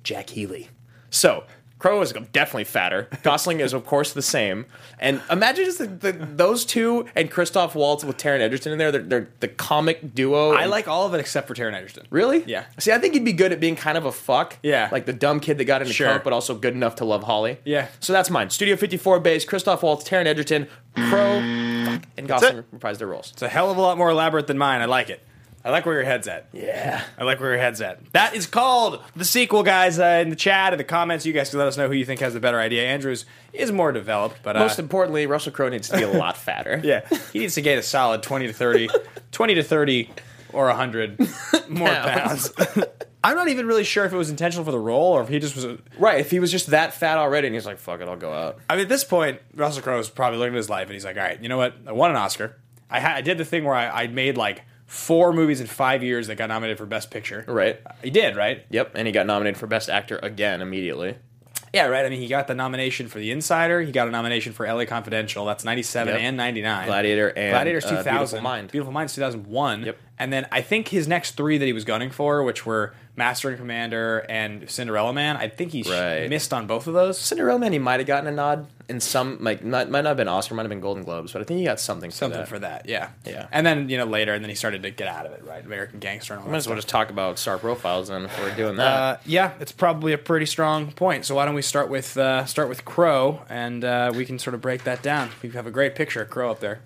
Speaker 3: Jack Healy. So Crow is definitely fatter. Gosling is of course the same. And imagine just the, the, those two and Christoph Waltz with Taryn Edgerton in there. They're, they're the comic duo.
Speaker 1: I
Speaker 3: And-
Speaker 1: like all of it except for Taron Egerton.
Speaker 3: Really?
Speaker 1: Yeah.
Speaker 3: See, I think he'd be good at being kind of a fuck.
Speaker 1: Yeah.
Speaker 3: Like the dumb kid that got into
Speaker 1: Sure.
Speaker 3: coke, but also good enough to love Holly.
Speaker 1: Yeah.
Speaker 3: So that's mine. Studio 54 base, Christoph Waltz, Taryn Edgerton, Crow, fuck, and Gosling reprised their roles.
Speaker 1: It's a hell of a lot more elaborate than mine. I like it. I like where your head's at.
Speaker 3: Yeah.
Speaker 1: I like where your head's at. That is called the sequel, guys. Uh, in the chat, in the comments, you guys can let us know who you think has the better idea. Andrews is more developed, but uh,
Speaker 3: Most importantly, Russell Crowe needs to be a lot fatter.
Speaker 1: yeah, he needs to gain a solid twenty to thirty, twenty to thirty, or hundred more pounds.
Speaker 3: Pounds.
Speaker 1: I'm not even really sure if it was intentional for the role or if he just was. A,
Speaker 3: Right. If he was just that fat already and he's like, fuck it, I'll go out.
Speaker 1: I mean, at this point, Russell Crowe is probably looking at his life and he's like, all right, you know what? I won an Oscar. I, ha- I did the thing where I, I made like four movies in five years that got nominated for Best Picture.
Speaker 3: Right.
Speaker 1: He did, right?
Speaker 3: Yep. And he got nominated for Best Actor again immediately.
Speaker 1: Yeah, right. I mean, he got the nomination for The Insider. He got a nomination for LA Confidential. That's 97
Speaker 3: Yep.
Speaker 1: and 99.
Speaker 3: Gladiator and,
Speaker 1: Gladiator's
Speaker 3: uh,
Speaker 1: 2000.
Speaker 3: Beautiful Mind.
Speaker 1: Beautiful Mind's 2001.
Speaker 3: Yep.
Speaker 1: And then I think his next three that he was gunning for, which were Master and Commander and Cinderella Man, I think he sh-
Speaker 3: Right.
Speaker 1: missed on both of those.
Speaker 3: Cinderella Man, he might have gotten a nod in some, like, not, might not have been Oscar, might have been Golden Globes, but I think he got something
Speaker 1: Something for that, yeah.
Speaker 3: Yeah.
Speaker 1: And then, you know, later, and then he started to get out of it, right? American Gangster and all
Speaker 3: Might
Speaker 1: that
Speaker 3: as well
Speaker 1: stuff.
Speaker 3: just talk about star profiles then if we're doing that.
Speaker 1: Uh, yeah, it's probably a pretty strong point. So why don't we start with uh, start with Crow, and uh, we can sort of break that down. We have a great picture of Crow up there.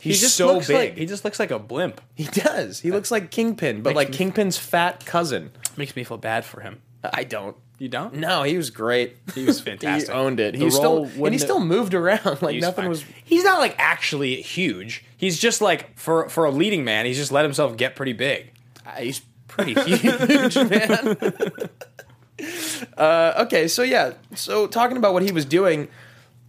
Speaker 3: he's
Speaker 1: looks Like, he just looks like a blimp.
Speaker 3: he does. He looks like Kingpin, but like
Speaker 1: me-
Speaker 3: Kingpin's fat cousin.
Speaker 1: Makes me feel bad for him.
Speaker 3: I don't.
Speaker 1: You don't?
Speaker 3: No, he was great.
Speaker 1: He was
Speaker 3: He
Speaker 1: fantastic.
Speaker 3: owned it.
Speaker 1: The
Speaker 3: He
Speaker 1: role
Speaker 3: still and he
Speaker 1: wouldn't-
Speaker 3: still moved around like
Speaker 1: He's
Speaker 3: nothing
Speaker 1: fine.
Speaker 3: was.
Speaker 1: He's not like actually huge. He's just like for for a leading man. He's just let himself get pretty big.
Speaker 3: Uh, He's pretty huge, man. uh, okay, so yeah, so talking about what he was doing.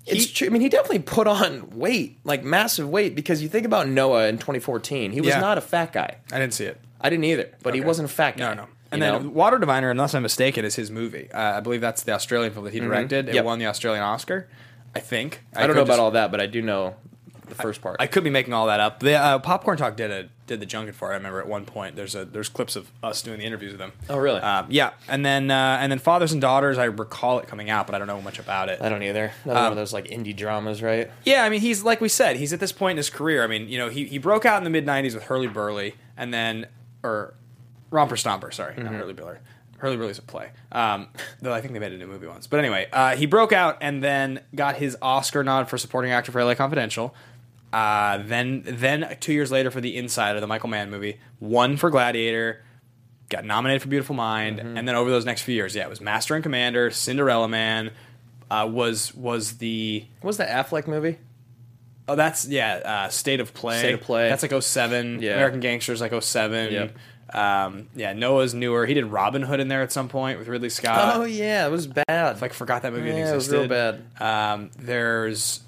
Speaker 3: It's
Speaker 1: He-
Speaker 3: true. I mean, he definitely put on weight, like massive weight, because you think about Noah in 2014. He was
Speaker 1: Yeah.
Speaker 3: not a fat guy.
Speaker 1: I didn't see it.
Speaker 3: I didn't either, but he
Speaker 1: Okay.
Speaker 3: wasn't a fat guy.
Speaker 1: No, no. And
Speaker 3: you
Speaker 1: then
Speaker 3: know?
Speaker 1: Water Diviner, unless I'm mistaken, is his movie. Uh, I believe that's the Australian film that he directed. It
Speaker 3: Mm-hmm. Yep.
Speaker 1: won the Australian Oscar, I think.
Speaker 3: I don't know about
Speaker 1: all.
Speaker 3: all that, but I do know the first part.
Speaker 1: I could be making all that up. The uh, Popcorn Talk did a did the junket for it. I remember at one point there's a there's clips of us doing the interviews with them.
Speaker 3: Oh, really?
Speaker 1: Um, yeah, and then uh, and then Fathers and Daughters. I recall it coming out, but I don't know much about it.
Speaker 3: I don't either. Another one of those like indie dramas, right?
Speaker 1: Um, Yeah, I mean, he's like we said, he's at this point in his career. I mean, you know, he, he broke out in the mid '90s with Hurley Burley, and then or Romper Stomper, sorry, not Hurley Burley. Hurley Burley's a play, um, though I think they made a new movie once. But anyway, uh, he broke out and then got his Oscar nod for supporting actor for *LA Confidential*. Uh, then, then two years later for *The Insider*, the Michael Mann movie, one for *Gladiator*, got nominated for Beautiful Mind, and then over those next few years, yeah, it was Master and Commander, Cinderella Man, uh, was was the
Speaker 3: What was the Affleck movie?
Speaker 1: Oh, that's yeah. Uh, State of Play.
Speaker 3: State of Play.
Speaker 1: That's like 07.
Speaker 3: Yeah.
Speaker 1: American Gangsters like 07.
Speaker 3: Yep.
Speaker 1: Um, yeah. Noah's newer. He did Robin Hood in there at some point with Ridley Scott.
Speaker 3: oh yeah, it was bad.
Speaker 1: Like forgot that movie
Speaker 3: yeah, it was
Speaker 1: existed.
Speaker 3: real bad.
Speaker 1: Um, there's.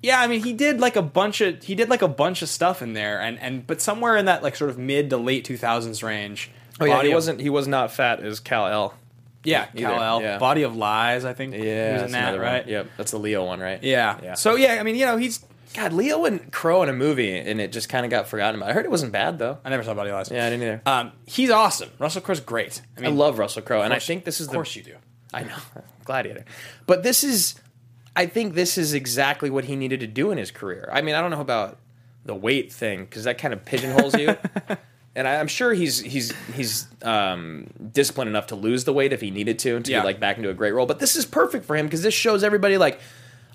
Speaker 1: Yeah, I mean, he did like a bunch of he did like a bunch of stuff in there, and and but somewhere in that like sort of mid to late two thousands range.
Speaker 3: Oh yeah,
Speaker 1: Body
Speaker 3: he
Speaker 1: of-
Speaker 3: wasn't. He was not fat as Cal L.
Speaker 1: Yeah,
Speaker 3: either,
Speaker 1: Cal El,
Speaker 3: yeah.
Speaker 1: Body of Lies, I think. he was in
Speaker 3: that's
Speaker 1: that,
Speaker 3: another one.
Speaker 1: right?
Speaker 3: Yep, that's the Leo one, right?
Speaker 1: yeah,
Speaker 3: yeah.
Speaker 1: So yeah, I mean, you know, he's
Speaker 3: God, Leo and Crow in a movie, and it just kind of got forgotten about. I heard it wasn't bad though.
Speaker 1: I never saw Body of Lies.
Speaker 3: Yeah, I didn't either.
Speaker 1: Um, he's awesome. Russell Crowe's great. I
Speaker 3: I,
Speaker 1: mean,
Speaker 3: love Russell Crowe, and I
Speaker 1: course-
Speaker 3: think this is
Speaker 1: of
Speaker 3: the
Speaker 1: course you do.
Speaker 3: I know, Gladiator. But this is, I think this is exactly what he needed to do in his career. I mean, I don't know about the weight thing because that kind of pigeonholes you. And I, I'm sure he's he's he's um, disciplined enough to lose the weight if he needed to to
Speaker 1: Yeah.
Speaker 3: be like back into a great role. But this is perfect for him because this shows everybody like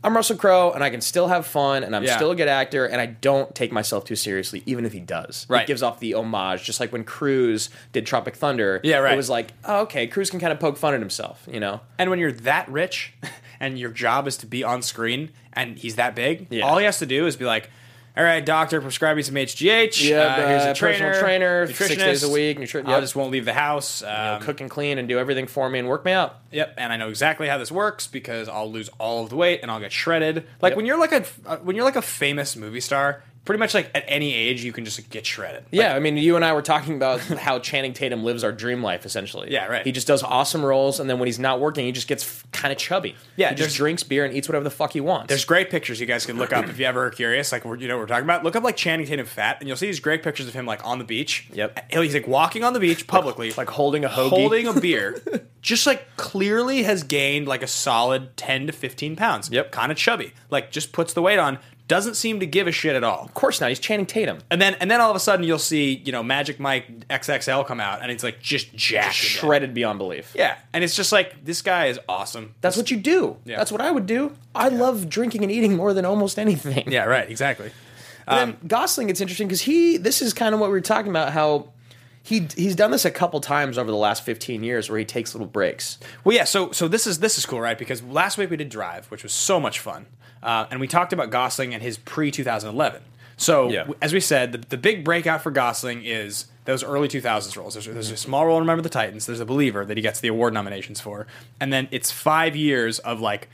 Speaker 3: I'm Russell Crowe and I can still have fun and I'm
Speaker 1: Yeah.
Speaker 3: still a good actor and I don't take myself too seriously even if he does.
Speaker 1: Right.
Speaker 3: He gives off the homage just like when Cruise did Tropic Thunder.
Speaker 1: Yeah, right.
Speaker 3: It was like oh, okay, Cruise can kind of poke fun at himself, you know.
Speaker 1: And when you're that rich, and your job is to be on screen and he's that big,
Speaker 3: Yeah.
Speaker 1: all he has to do is be like, all right, doctor, prescribe me some HGH.
Speaker 3: Yeah,
Speaker 1: uh, here's
Speaker 3: uh,
Speaker 1: a trainer,
Speaker 3: personal trainer,
Speaker 1: nutritionist.
Speaker 3: six days a week, nutri-
Speaker 1: I
Speaker 3: yep.
Speaker 1: just won't leave the house. Um,
Speaker 3: cook and clean and do everything for me and work me out.
Speaker 1: Yep, and I know exactly how this works because I'll lose all of the weight and I'll get shredded. Like when you're like a uh, when you're like a famous movie star, pretty much like at any age you can just like, get shredded. Like,
Speaker 3: Yeah, I mean, you and I were talking about how Channing Tatum lives our dream life, essentially.
Speaker 1: Yeah, right.
Speaker 3: He just does awesome roles, and then when he's not working, he just gets kind of chubby.
Speaker 1: Yeah,
Speaker 3: he
Speaker 1: there's-
Speaker 3: just drinks beer and eats whatever the fuck he wants.
Speaker 1: there's great pictures you guys can look up if you ever are curious. Like we're- you know what we're talking about. Look up like Channing Tatum fat, and you'll see these great pictures of him like on the beach.
Speaker 3: Yep.
Speaker 1: And he's like walking on the beach publicly,
Speaker 3: like holding a hoagie.
Speaker 1: holding a beer, just like clearly has gained like a solid ten to fifteen pounds.
Speaker 3: Yep.
Speaker 1: kind of chubby. Like just puts the weight on. Doesn't seem to give a shit at all.
Speaker 3: Of course not. He's Channing Tatum.
Speaker 1: And then and then all of a sudden you'll see, you know, Magic Mike XXL come out and it's like just jacked. again.
Speaker 3: Shredded beyond belief.
Speaker 1: Yeah. And it's just like this guy is awesome.
Speaker 3: That's what you do.
Speaker 1: Yeah.
Speaker 3: That's what I would do. I love drinking and eating more than almost anything.
Speaker 1: Yeah, right, exactly.
Speaker 3: And
Speaker 1: Um,
Speaker 3: then Gosling, it's interesting because he. This is kind of what we were talking about. How he he's done this a couple times over the last fifteen years, where he takes little breaks.
Speaker 1: Well, yeah. So, so this is this is cool, right? Because last week we did Drive, which was so much fun, uh, and we talked about Gosling and his pre 2011. So,
Speaker 3: Yeah.
Speaker 1: w- as we said, the, the big breakout for Gosling is those early 2000s roles. There's, there's a small role in Remember the Titans. There's a Believer that he gets the award nominations for, and then it's five years of like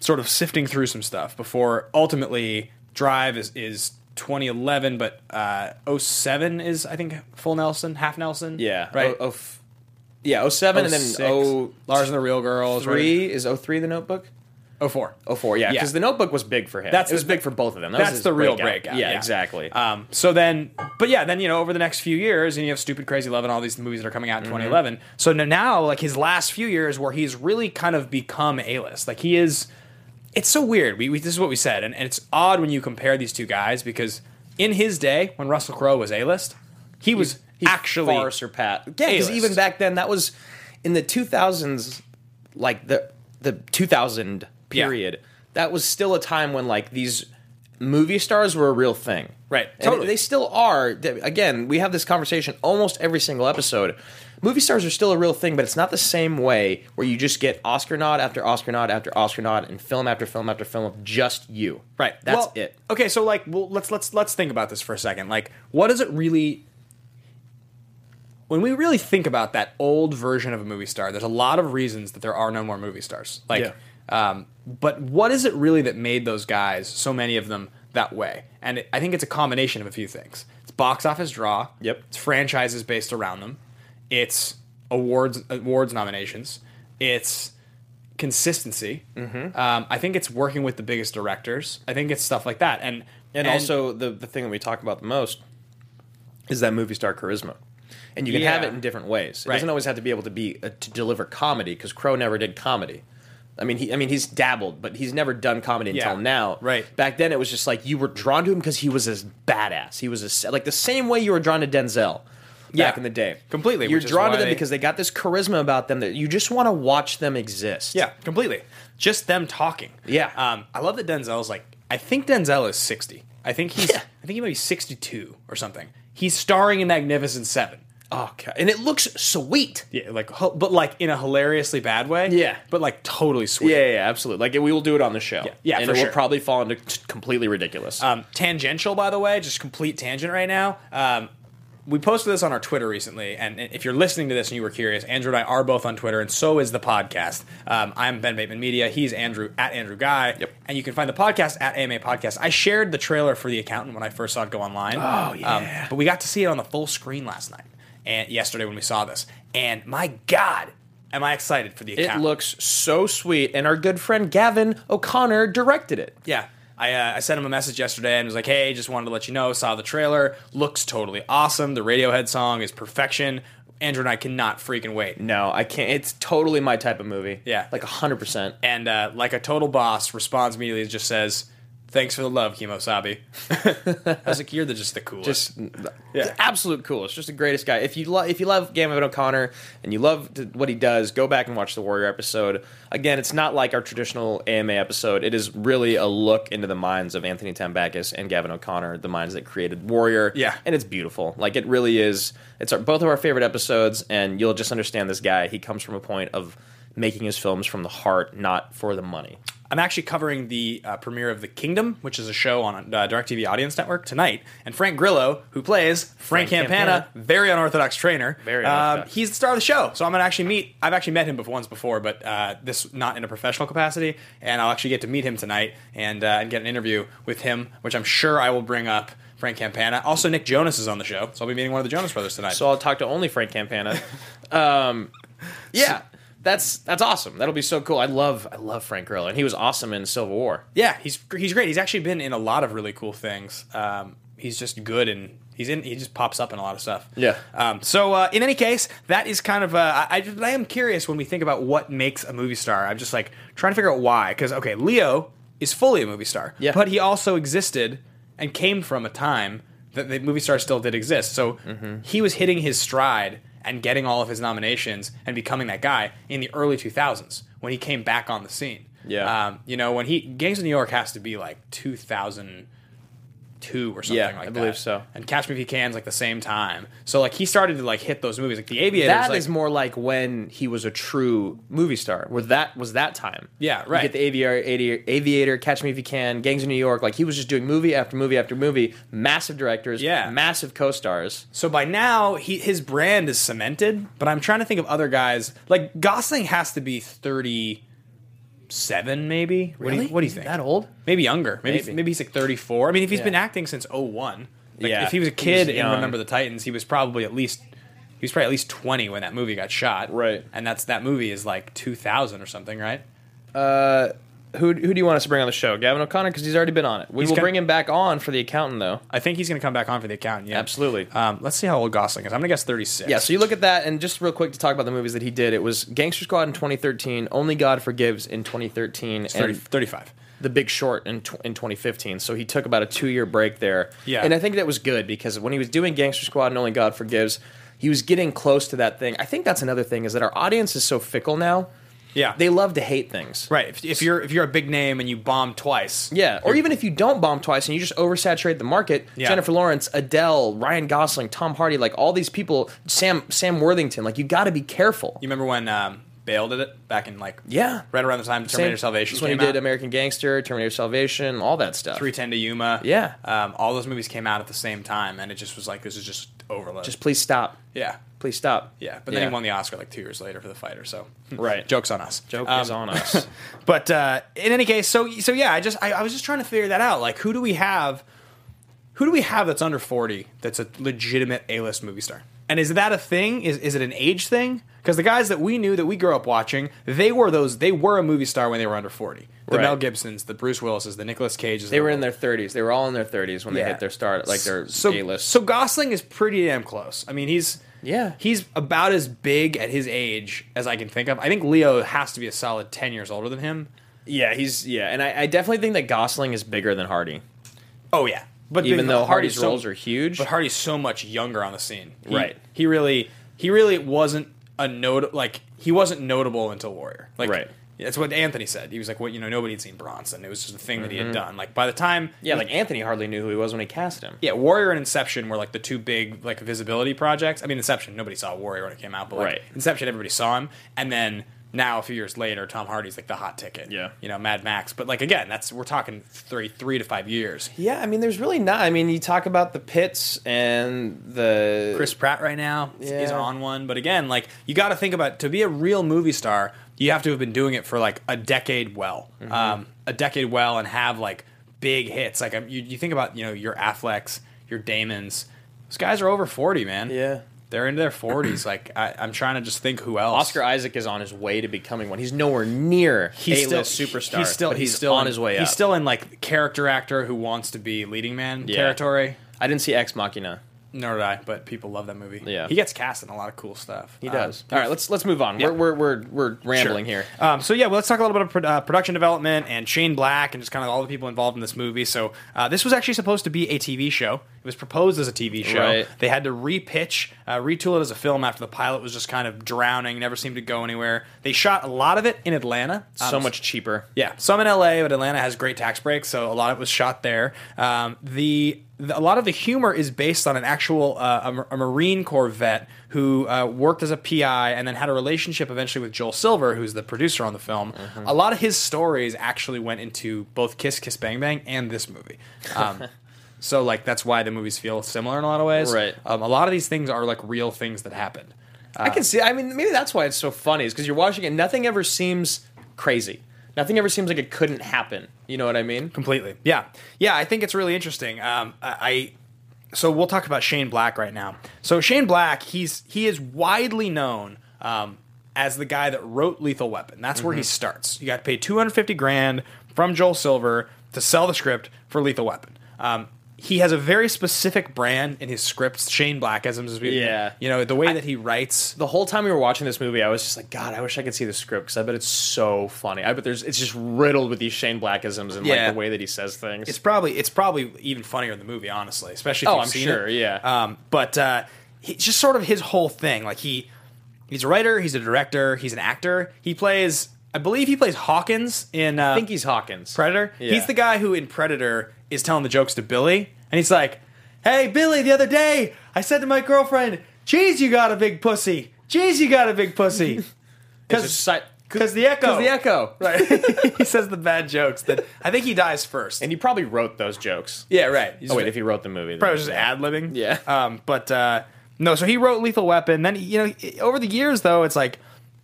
Speaker 1: sort of sifting through some stuff before ultimately Drive is is 2011, but uh, 07 is I think full Nelson, half Nelson. right.
Speaker 3: Oh, oh, f- yeah. Oh seven and then
Speaker 1: 06,
Speaker 3: oh
Speaker 1: Lars and the Real Girls. right?
Speaker 3: three is oh three the Notebook.
Speaker 1: Oh four.
Speaker 3: Oh four. Yeah,
Speaker 1: Yeah.
Speaker 3: because the Notebook was big for him.
Speaker 1: That's
Speaker 3: it was
Speaker 1: the-
Speaker 3: big for both of them. That was
Speaker 1: That's
Speaker 3: his
Speaker 1: the real
Speaker 3: breakout.
Speaker 1: breakout.
Speaker 3: Yeah, exactly.
Speaker 1: Um, so then, but yeah, then you know, over the next few years, and you have Stupid Crazy Love and all these movies that are coming out in
Speaker 3: Mm-hmm.
Speaker 1: 2011. So now, now, like his last few years, where he's really kind of become a list. Like he is. It's so weird. We, we this is what we said, and, and it's odd when you compare these two guys because in his day, when Russell Crowe was a list, he was
Speaker 3: He
Speaker 1: actually
Speaker 3: far surpassed. Yeah, because
Speaker 1: A-list.
Speaker 3: even back then, that was in the 2000s, like the the 2000
Speaker 1: Yeah.
Speaker 3: period. That was still a time when like these movie stars were a real thing,
Speaker 1: Right,
Speaker 3: And
Speaker 1: totally.
Speaker 3: they still are. Th- Again, we have this conversation almost every single episode. Movie stars are still a real thing, but it's not the same way where you just get Oscar nod after Oscar nod after Oscar nod and film after film after film of just you.
Speaker 1: Right.
Speaker 3: That's
Speaker 1: Well,
Speaker 3: it.
Speaker 1: Okay, so like, well, let's let's let's think about this for a second. Like, what does it really? When we really think about that old version of a movie star, there's a lot of reasons that there are no more movie stars. Like, um, but what is it really that made those guys, so many of them, that way? And it, I think it's a combination of a few things. It's box office draw.
Speaker 3: Yep.
Speaker 1: It's franchises based around them. It's awards awards nominations. It's consistency.
Speaker 3: Mm-hmm.
Speaker 1: Um, I think it's working with the biggest directors. I think it's stuff like that. And
Speaker 3: and, also the the thing that we talk about the most is that movie star charisma and you can have
Speaker 1: Yeah.
Speaker 3: it in different ways it
Speaker 1: Right.
Speaker 3: doesn't always have to be able to be uh, to deliver comedy because crow never did comedy I mean, he. I mean, he's dabbled, but he's never done comedy
Speaker 1: Yeah.
Speaker 3: until now.
Speaker 1: Right.
Speaker 3: back then, it was just like you were drawn to him because he was as badass. He was as like the same way you were drawn to Denzel back
Speaker 1: Yeah.
Speaker 3: in the day.
Speaker 1: Completely,
Speaker 3: you're
Speaker 1: which is
Speaker 3: drawn to
Speaker 1: why-
Speaker 3: them because they got this charisma about them that you just want to watch them exist.
Speaker 1: yeah, completely. Just them talking.
Speaker 3: Yeah.
Speaker 1: Um, I love that Denzel's like. I think Denzel is sixty. I think he's.
Speaker 3: Yeah.
Speaker 1: I think he might be sixty-two or something. He's starring in Magnificent Seven.
Speaker 3: Okay. Oh, And it looks sweet.
Speaker 1: Yeah, like, ho- but like in a hilariously bad way.
Speaker 3: Yeah.
Speaker 1: but like totally sweet.
Speaker 3: Yeah, yeah, yeah, absolutely. Like we will do it on the show.
Speaker 1: Yeah, yeah,
Speaker 3: and
Speaker 1: for
Speaker 3: it
Speaker 1: sure.
Speaker 3: will probably fall into t- completely ridiculous.
Speaker 1: Um, tangential, by the way, just complete tangent right now. Um, we posted this on our Twitter recently, and if you're listening to this and you were curious, Andrew and I are both on Twitter, and so is the podcast. Um, I'm Ben Bateman Media. He's Andrew at Andrew Guy,
Speaker 3: Yep.
Speaker 1: and you can find the podcast at AMA Podcast. I shared the trailer for The Accountant when I first saw it go online. Oh yeah, but we got to see it on the full screen last night and yesterday when we saw this, and my God, am I excited for The
Speaker 3: it
Speaker 1: Accountant?
Speaker 3: looks so sweet, and our good friend Gavin O'Connor directed it.
Speaker 1: Yeah. I, uh, I sent him a message yesterday and was like, hey, just wanted to let you know, saw the trailer. Looks totally awesome. The Radiohead song is perfection. Andrew and I cannot freaking wait.
Speaker 3: No, I can't. It's totally my type of movie.
Speaker 1: Yeah.
Speaker 3: like hundred percent.
Speaker 1: And uh, like a total boss, responds immediately and just says, thanks for the love, Kimosabi. I was like, you're the, just the coolest.
Speaker 3: Just the absolute coolest, just the greatest guy. If you love, if you love Gavin O'Connor and you love t- what he does, go back and watch the Warrior episode. Again, it's not like our traditional AMA episode. It is really a look into the minds of Anthony Tambakis and Gavin O'Connor, the minds that created Warrior.
Speaker 1: Yeah.
Speaker 3: and it's beautiful. Like it really is. It's our, both of our favorite episodes, and you'll just understand this guy. He comes from a point of making his films from the heart, not for the money.
Speaker 1: I'm actually covering the uh, premiere of The Kingdom, which is a show on uh, DirecTV Audience Network tonight. And Frank Grillo, who plays Frank,
Speaker 3: Frank
Speaker 1: Campana,
Speaker 3: Campana.
Speaker 1: very unorthodox trainer,
Speaker 3: Very
Speaker 1: um,
Speaker 3: unorthodox.
Speaker 1: he's the star of the show. So I'm gonna actually meet. I've actually met him before once before, but uh, this not in a professional capacity. And I'll actually get to meet him tonight and uh, and get an interview with him, which I'm sure I will bring up. Frank Campana. Also, Nick Jonas is on the show, so I'll be meeting one of the Jonas brothers tonight.
Speaker 3: So I'll talk to only Frank Campana. um, yeah, that's that's awesome. That'll be so cool. I love I love Frank Grillo, and he was awesome in Civil War.
Speaker 1: Yeah, he's he's great. He's actually been in a lot of really cool things. Um, he's just good and he's in. He just pops up in a lot of stuff.
Speaker 3: Yeah.
Speaker 1: Um, so uh, in any case, that is kind of. Uh, I I just- I am curious when we think about what makes a movie star. I'm just like trying to figure out why. Because okay, Leo is fully a movie star.
Speaker 3: Yeah.
Speaker 1: But he also existed and came from a time that the movie star still did exist. So
Speaker 3: Mm-hmm.
Speaker 1: he was hitting his stride and getting all of his nominations and becoming that guy in the early 2000s when he came back on the scene.
Speaker 3: Yeah.
Speaker 1: Um, you know, when he Gangs of New York has to be like 2002 or something
Speaker 3: Yeah,
Speaker 1: like that.
Speaker 3: I believe so.
Speaker 1: And Catch Me If You Can's like the same time. So like he started to like hit those movies. Like The Aviator
Speaker 3: That is
Speaker 1: is like,
Speaker 3: more like when he was a true movie star. Where that was that time.
Speaker 1: Yeah,
Speaker 3: You
Speaker 1: right.
Speaker 3: get the Aviator, Aviator, Aviator, Catch Me If You Can, Gangs of New York. Like he was just doing movie after movie after movie. Massive directors.
Speaker 1: Yeah.
Speaker 3: Massive co-stars.
Speaker 1: So by now he his brand is cemented, but I'm trying to think of other guys. Like Gosling has to be 37 maybe. What do you, what do you think?
Speaker 3: That old?
Speaker 1: Maybe younger. Maybe maybe,
Speaker 3: Maybe.
Speaker 1: he's like 34. I mean, if he's
Speaker 3: Yeah.
Speaker 1: been acting since 01, like
Speaker 3: Yeah.
Speaker 1: if he was a
Speaker 3: He was
Speaker 1: kid in
Speaker 3: young.
Speaker 1: Remember the Titans, he was probably at least he was probably at least 20 when that movie got shot.
Speaker 3: Right.
Speaker 1: And that's that movie is like 2000 or something, right?
Speaker 3: Who, who do you want us to bring on the show? Gavin O'Connor, because he's already been on it. We
Speaker 1: He's
Speaker 3: will
Speaker 1: gonna-
Speaker 3: bring him back on for the accountant, though.
Speaker 1: I think he's going to come back on for the accountant. Yeah.
Speaker 3: Absolutely.
Speaker 1: Um, let's see how old Gosling is. I'm going to guess 36.
Speaker 3: Yeah, so you look at that, and just real quick to talk about the movies that he did. It was Gangster Squad in 2013, Only God Forgives in 2013,
Speaker 1: He's 30,
Speaker 3: and
Speaker 1: 35.
Speaker 3: The Big Short in tw- in 2015. So he took about a two year break there.
Speaker 1: Yeah.
Speaker 3: and I think that was good because when he was doing Gangster Squad and Only God Forgives, he was getting close to that thing. I think that's another thing is that our audience is so fickle now.
Speaker 1: Yeah.
Speaker 3: They love to hate things.
Speaker 1: Right. If, if you're if you're a big name and you bomb twice,
Speaker 3: Yeah, or even if you don't bomb twice and you just oversaturate the market,
Speaker 1: Yeah.
Speaker 3: Jennifer Lawrence, Adele, Ryan Gosling, Tom Hardy, like all these people, Sam Sam Worthington, like you got to be careful.
Speaker 1: You remember when um, Bale did it back in like
Speaker 3: Yeah.
Speaker 1: right around the time Terminator Salvation
Speaker 3: That's when
Speaker 1: came
Speaker 3: he
Speaker 1: out.
Speaker 3: did American Gangster, Terminator Salvation, all that stuff.
Speaker 1: 310 to Yuma.
Speaker 3: Yeah.
Speaker 1: Um, all those movies came out at the same time, and it just was like this is just overload.
Speaker 3: Just please stop.
Speaker 1: yeah.
Speaker 3: Please stop.
Speaker 1: Yeah, but then he won the Oscar like two years later for The Fighter. So,
Speaker 3: Right.
Speaker 1: jokes on us.
Speaker 3: joke
Speaker 1: Um,
Speaker 3: is on us.
Speaker 1: But uh, in any case, so so yeah, I just I, I was just trying to figure that out. Like, who do we have? Who do we have that's under forty? That's a legitimate A list movie star. And is that a thing? Is is it an age thing? Because the guys that we knew that we grew up watching, they were those. They were a movie star when they were under forty. The
Speaker 3: Right.
Speaker 1: Mel Gibsons, the Bruce Willises, the Nicolas Cages.
Speaker 3: they were in their 30s. They were all in their 30s when
Speaker 1: Yeah.
Speaker 3: they hit their start, like their
Speaker 1: so,
Speaker 3: A-list.
Speaker 1: So Gosling is pretty damn close. I mean, he's
Speaker 3: Yeah.
Speaker 1: he's about as big at his age as I can think of. I think Leo has to be a solid ten years older than him.
Speaker 3: yeah, he's yeah, and I, I definitely think that Gosling is bigger than Hardy.
Speaker 1: Oh yeah, but
Speaker 3: Even
Speaker 1: the-
Speaker 3: though Hardy's
Speaker 1: so-
Speaker 3: roles are huge.
Speaker 1: but Hardy's so much younger on the scene. He-
Speaker 3: Right.
Speaker 1: He really, he really wasn't a note like he wasn't notable until Warrior. Like
Speaker 3: Right.
Speaker 1: That's what Anthony said. He was like, "What you know, nobody had seen Bronson. It was just a thing that he had done." Like by the time,
Speaker 3: Mm-hmm. yeah, like Anthony hardly knew who he was when he cast him.
Speaker 1: yeah, Warrior and Inception were like the two big like visibility projects. I mean, Inception nobody saw Warrior when it came out, but like,
Speaker 3: Right.
Speaker 1: Inception everybody saw him, and then now a few years later, Tom Hardy's like the hot ticket.
Speaker 3: Yeah.
Speaker 1: you know, Mad Max. But like again, that's we're talking three three to five years.
Speaker 3: Yeah, I mean, there's really not. I mean, you talk about the pits and the
Speaker 1: Chris Pratt right now is- is
Speaker 3: Yeah.
Speaker 1: on one. But again, like you got to think about to be a real movie star, you have to have been doing it for like a decade well,
Speaker 3: Mm-hmm.
Speaker 1: um, a decade well, and have like big hits. Like um, you, you think about you know your Afflecks, your Damons. Those guys are over forty, man.
Speaker 3: Yeah.
Speaker 1: they're into their forties. like I, I'm trying to just think who else.
Speaker 3: Oscar Isaac is on his way to becoming one. He's nowhere near
Speaker 1: He's
Speaker 3: he's
Speaker 1: still
Speaker 3: A-list superstar.
Speaker 1: He's still
Speaker 3: but
Speaker 1: he's, still
Speaker 3: on
Speaker 1: in-
Speaker 3: his way up.
Speaker 1: He's still in like character actor who wants to be leading man
Speaker 3: Yeah.
Speaker 1: territory.
Speaker 3: I didn't see Ex Machina.
Speaker 1: Nor did I, but people love that movie.
Speaker 3: Yeah.
Speaker 1: he gets cast in a lot of cool stuff.
Speaker 3: He
Speaker 1: Um,
Speaker 3: does. Uh, All right, let's let's move on.
Speaker 1: Yeah.
Speaker 3: We're, we're we're we're rambling
Speaker 1: Sure.
Speaker 3: here.
Speaker 1: Um, so yeah, well, let's talk a little bit of pro- uh, production development and Shane Black and just kind of all the people involved in this movie. So uh, this was actually supposed to be a TV show. It was proposed as a TV show.
Speaker 3: Right.
Speaker 1: They had to repitch, uh, retool it as a film after the pilot was just kind of drowning, never seemed to go anywhere. They shot a lot of it in Atlanta.
Speaker 3: so
Speaker 1: Um,
Speaker 3: much cheaper.
Speaker 1: yeah, some in LA, but Atlanta has great tax breaks, so a lot of it was shot there. Um, the, the- a lot of the humor is based on an actual uh, a, Mar- a Marine Corvette who uh, worked as a PI and then had a relationship eventually with Joel Silver, who's the producer on the film. A lot of his stories actually went into both Kiss Kiss Bang Bang and this movie. Um, so like that's why the movies feel similar in a lot of ways.
Speaker 3: Right.
Speaker 1: Um, a lot of these things are like real things that happened.
Speaker 3: I can see. I mean, maybe that's why it's so funny is because you're watching it. Nothing ever seems crazy. Nothing ever seems like it couldn't happen. You know what I mean?
Speaker 1: completely. Yeah, yeah. I think it's really interesting. Um, I, I so we'll talk about Shane Black right now. So Shane Black, he's he is widely known um, as the guy that wrote Lethal Weapon. That's where he starts. You got paid two hundred fifty grand from Joel Silver to sell the script for Lethal Weapon. Um, he has a very specific brand in his scripts. Shane Black, as him,
Speaker 3: Yeah.
Speaker 1: you know the way that he writes.
Speaker 3: The whole time we were watching this movie, I was just like, God, I wish I could see the script because I bet it's so funny. I bet there's it's just riddled with these Shane Blackisms and
Speaker 1: Yeah.
Speaker 3: like the way that he says things.
Speaker 1: It's probably it's probably even funnier in the movie, honestly. Especially if
Speaker 3: Oh,
Speaker 1: you've
Speaker 3: I'm
Speaker 1: seen
Speaker 3: sure,
Speaker 1: it.
Speaker 3: yeah.
Speaker 1: Um, but uh, he, just sort of his whole thing. Like he he's a writer, he's a director, he's an actor. He plays, I believe, he plays Hawkins in. Uh,
Speaker 3: I think he's Hawkins.
Speaker 1: Predator.
Speaker 3: Yeah.
Speaker 1: He's the guy who in Predator is telling the jokes to Billy, and he's like, "Hey, Billy, the other day I said to my girlfriend, "Jeez, you got a big pussy. Jeez, you got a big pussy."
Speaker 3: It's Oh. just si-
Speaker 1: Because the echo.
Speaker 3: 'Cause the echo.
Speaker 1: Right. he says the bad jokes that I think he dies first.
Speaker 3: and he probably wrote those jokes.
Speaker 1: yeah, right.
Speaker 3: Oh wait, if he wrote the movie, then-
Speaker 1: probably was just ad libbing.
Speaker 3: Yeah.
Speaker 1: Um, but uh, no, so he wrote Lethal Weapon. Then you know, over the years though, it's like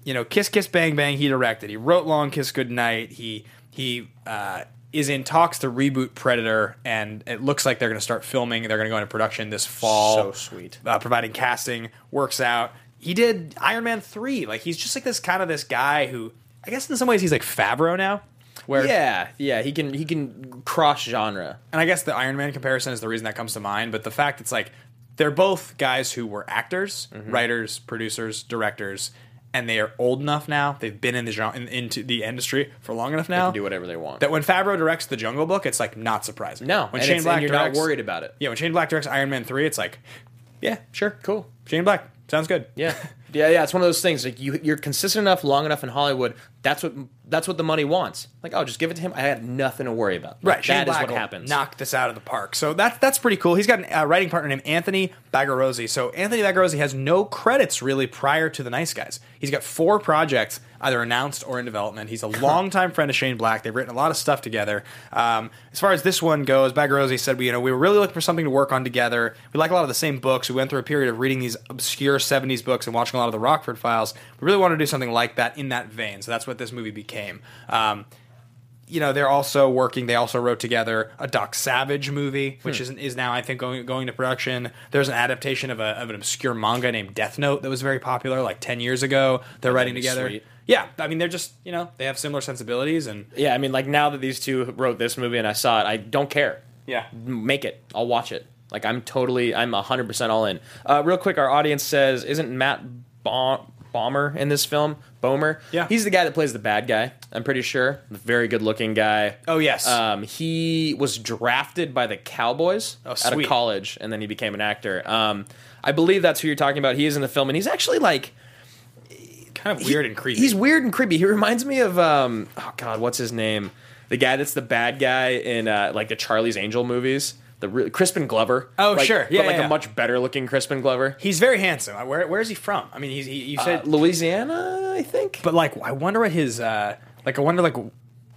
Speaker 1: you know, Kiss Kiss Bang Bang. He directed. He wrote Long Kiss Goodnight. He he uh, is in talks to reboot Predator, and it looks like they're going to start filming. They're going to go into production this fall.
Speaker 3: So sweet.
Speaker 1: Uh, providing casting works out. He did Iron Man three. Like he's just like this kind of this guy who I guess in some ways he's like Favreau now. Where
Speaker 3: Yeah, yeah, he can he can cross genre.
Speaker 1: and I guess the Iron Man comparison is the reason that comes to mind, but the fact it's like they're both guys who were actors,
Speaker 3: Mm-hmm.
Speaker 1: writers, producers, directors, and they are old enough now. They've been in the genre, in, into the industry for long enough now.
Speaker 3: can do whatever they want.
Speaker 1: Oh. That when Favreau directs The Jungle Book, it's like not surprising.
Speaker 3: No,
Speaker 1: when
Speaker 3: and
Speaker 1: Shane
Speaker 3: it's-
Speaker 1: Black
Speaker 3: and you're
Speaker 1: directs,
Speaker 3: not worried about it.
Speaker 1: Yeah, when Shane Black directs Iron Man three, it's like, yeah, sure,
Speaker 3: Cool.
Speaker 1: Shane Black sounds good.
Speaker 3: Yeah, yeah, yeah. It's one of those things. Like you, you're consistent enough, long enough in Hollywood. That's what that's what the money wants. Like, oh, just give it to him. I had nothing to worry about.
Speaker 1: Right,
Speaker 3: Like,
Speaker 1: Shane
Speaker 3: that is
Speaker 1: Black
Speaker 3: what
Speaker 1: will
Speaker 3: happens.
Speaker 1: Knock this out of the park. So that's that's pretty cool. He's got a writing partner named Anthony Bagarozzi. So Anthony Bagarozzi has no credits really prior to the Nice Guys. He's got four projects either announced or in development. He's a longtime friend of Shane Black. They've written a lot of stuff together. Um, as far as this one goes, Bagarozzi said, "You know, we were really looking for something to work on together. We like a lot of the same books. We went through a period of reading these obscure '70s books and watching a lot of the Rockford Files. We really wanted to do something like that in that vein. So that's what this movie became." Um, you know they're also working. They also wrote together a Doc Savage movie, which
Speaker 3: Hmm.
Speaker 1: is is now I think going going to production. There's an adaptation of a of an obscure manga named Death Note that was very popular like ten years ago. They're writing
Speaker 3: be
Speaker 1: together.
Speaker 3: sweet.
Speaker 1: Yeah, I mean they're just you know they have similar sensibilities and
Speaker 3: Yeah, I mean, like now that these two wrote this movie and I saw it, I don't care.
Speaker 1: yeah.
Speaker 3: make it. I'll watch it. Like I'm totally, I'm 100% all in. Uh, real quick, our audience says, isn't Matt Baum- Bomber in this film? Bomer?
Speaker 1: Yeah.
Speaker 3: He's the guy that plays the bad guy, I'm pretty sure. The very good looking guy.
Speaker 1: Oh, yes.
Speaker 3: Um, he was drafted by the Cowboys
Speaker 1: Oh,
Speaker 3: out of
Speaker 1: sweet.
Speaker 3: college, and then he became an actor. Um, I believe that's who you're talking about. He is in the film, and he's actually like,
Speaker 1: Kind of weird and creepy.
Speaker 3: He's weird and creepy. He reminds me of um oh god, what's his name? The guy that's the bad guy in uh, like the Charlie's Angel movies. The re- Crispin Glover.
Speaker 1: Oh,
Speaker 3: Like-
Speaker 1: sure. Yeah,
Speaker 3: but like
Speaker 1: yeah, yeah.
Speaker 3: a much better looking Crispin Glover.
Speaker 1: he's very handsome. I- Where where is he from? I mean he's he, you
Speaker 3: Uh,
Speaker 1: said,
Speaker 3: Louisiana, I think.
Speaker 1: but like I wonder what his uh like I wonder like where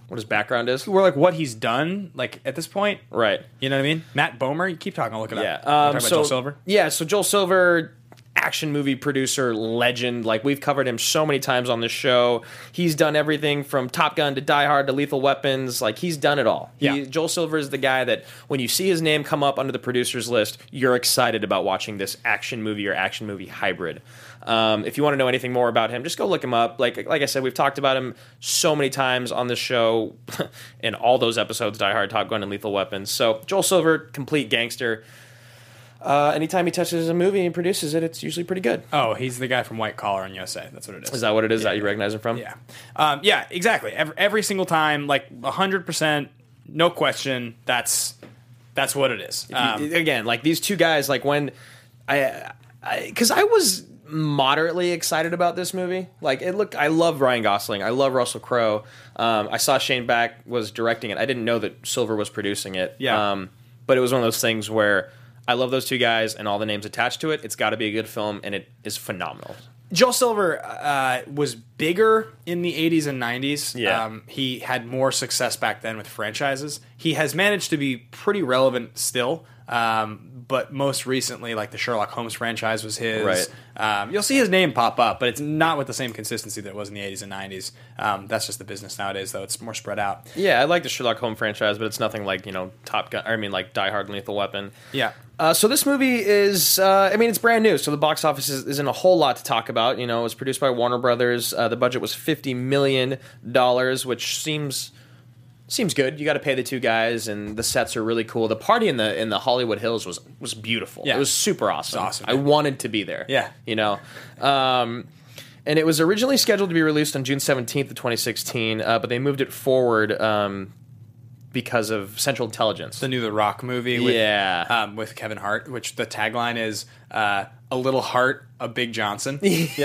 Speaker 3: what his background is.
Speaker 1: like what he's done like at this point.
Speaker 3: Right.
Speaker 1: You know what I mean? Matt Bomer. You keep talking. I'll look it
Speaker 3: Yeah.
Speaker 1: up. We're
Speaker 3: Um,
Speaker 1: talking about
Speaker 3: so,
Speaker 1: Joel Silver.
Speaker 3: Yeah. So Joel Silver, action movie producer, legend. Like we've covered him so many times on this show. He's done everything from Top Gun to Die Hard to Lethal Weapons. Like he's done it all. He,
Speaker 1: Yeah.
Speaker 3: Joel Silver is the guy that when you see his name come up under the producers list, you're excited about watching this action movie or action movie hybrid. Um, if you want to know anything more about him, just go look him up. Like like I said, we've talked about him so many times on this show, in all those episodes, Die Hard, Top Gun, and Lethal Weapons. So Joel Silver, complete gangster. Uh, anytime he touches a movie and produces it, it's usually pretty good.
Speaker 1: Oh, he's the guy from White Collar and Yosei. That's what it is.
Speaker 3: Is that what it is that you recognize him from?
Speaker 1: yeah, um, yeah, exactly. Every, every single time, like hundred percent, no question. That's that's what it is. Um,
Speaker 3: Y- Again, like these two guys, like when I, because I, was moderately excited about this movie. Like it looked, I love Ryan Gosling, I love Russell Crowe. Um, I saw Shane Back was directing it. I didn't know that Silver was producing it.
Speaker 1: Yeah.
Speaker 3: Um, but it was one of those things where I love those two guys and all the names attached to it. It's got to be a good film, and it is phenomenal.
Speaker 1: Joel Silver uh, was bigger in the 80s and 90s.
Speaker 3: Yeah.
Speaker 1: he had more success back then with franchises. He has managed to be pretty relevant still. Um, but most recently, like the Sherlock Holmes franchise was his.
Speaker 3: Right.
Speaker 1: Um, you'll see his name pop up, but it's not with the same consistency that it was in the 80s and 90s. Um, that's just the business nowadays, though. It's more spread out.
Speaker 3: Yeah, I like the Sherlock Holmes franchise, but it's nothing like you know Top Gun. I mean, like Die Hard, and Lethal Weapon.
Speaker 1: Yeah.
Speaker 3: Uh, so this movie is, uh, I mean, it's brand new, so the box office is, isn't a whole lot to talk about. You know, it was produced by Warner Brothers. Uh, the budget was fifty million dollars, which seems seems good. You got to pay the two guys, and the sets are really cool. The party in the in the Hollywood Hills was was beautiful.
Speaker 1: Yeah.
Speaker 3: It was super awesome.
Speaker 1: It's awesome,
Speaker 3: I
Speaker 1: man.
Speaker 3: wanted to be there.
Speaker 1: Yeah.
Speaker 3: you know. Um, and it was originally scheduled to be released on June seventeenth of twenty sixteen, uh, but they moved it forward um, because of Central Intelligence.
Speaker 1: The new The Rock movie with,
Speaker 3: Yeah.
Speaker 1: um, with Kevin Hart, which the tagline is uh, a little heart, a big Johnson.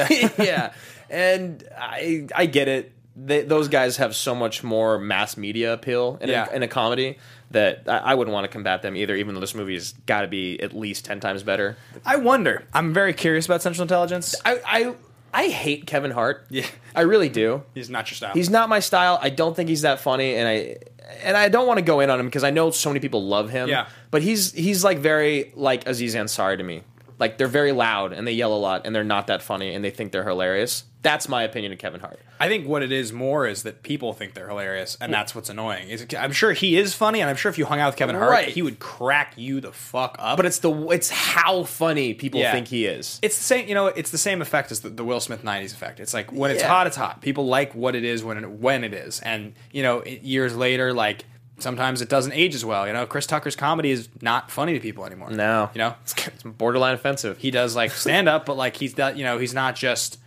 Speaker 3: yeah, and I I get it. They, those guys have so much more mass media appeal in,
Speaker 1: Yeah.
Speaker 3: a, in a comedy that I, I wouldn't want to combat them either. Even though this movie's got to be at least ten times better.
Speaker 1: I wonder. I'm very curious about Central Intelligence.
Speaker 3: I I, I hate Kevin Hart.
Speaker 1: Yeah.
Speaker 3: I really do.
Speaker 1: He's not your style.
Speaker 3: He's not my style. I don't think he's that funny, and I and I don't want to go in on him because I know so many people love him.
Speaker 1: Yeah.
Speaker 3: But he's he's like very like Aziz Ansari to me. Like they're very loud and they yell a lot and they're not that funny and they think they're hilarious. That's my opinion of Kevin Hart.
Speaker 1: I think what it is more is that people think they're hilarious, and that's what's annoying. Is I'm sure he is funny, and I'm sure if you hung out with Kevin Hart,
Speaker 3: Right.
Speaker 1: he would crack you the fuck up.
Speaker 3: But it's the it's how funny people
Speaker 1: Yeah.
Speaker 3: think he is.
Speaker 1: it's the same, you know, it's the same effect as the, the Will Smith '90s effect. It's like when it's
Speaker 3: Yeah.
Speaker 1: hot, it's hot. People like what it is when it, when it is, and you know, it, years later, like sometimes it doesn't age as well. You know, Chris Tucker's comedy is not funny to people anymore.
Speaker 3: No.
Speaker 1: you know,
Speaker 3: It's borderline offensive.
Speaker 1: he does like stand up, but like he's not, you know, he's not just.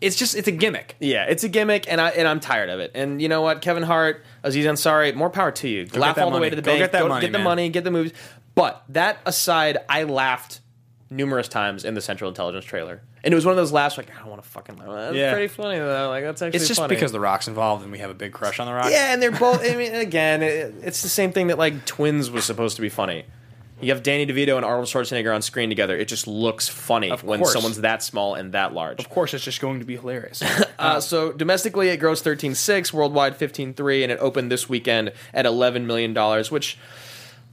Speaker 1: It's just it's a gimmick.
Speaker 3: yeah, it's a gimmick, and I and I'm tired of it. And you know what, Kevin Hart, Aziz Ansari, more power to you.
Speaker 1: get
Speaker 3: Laugh
Speaker 1: that
Speaker 3: all the way
Speaker 1: money.
Speaker 3: to the
Speaker 1: Go
Speaker 3: bank.
Speaker 1: get that money,
Speaker 3: get the
Speaker 1: man.
Speaker 3: money. Get the movies. But that aside, I laughed numerous times in the Central Intelligence trailer, and it was one of those laughs like I don't want to fucking laugh. That's
Speaker 1: Yeah.
Speaker 3: pretty funny though. Like that's actually
Speaker 1: It's just
Speaker 3: funny.
Speaker 1: because the Rock's involved, and we have a big crush on the Rock.
Speaker 3: Yeah, and they're both. I mean, again, it, it's the same thing that like Twins was supposed to be funny. You have Danny DeVito and Arnold Schwarzenegger on screen together. It just looks funny when
Speaker 1: course.
Speaker 3: someone's that small and that large.
Speaker 1: Of course, it's just going to be hilarious.
Speaker 3: Uh, so domestically, it grossed thirteen six, worldwide fifteen three, and it opened this weekend at eleven million dollars, which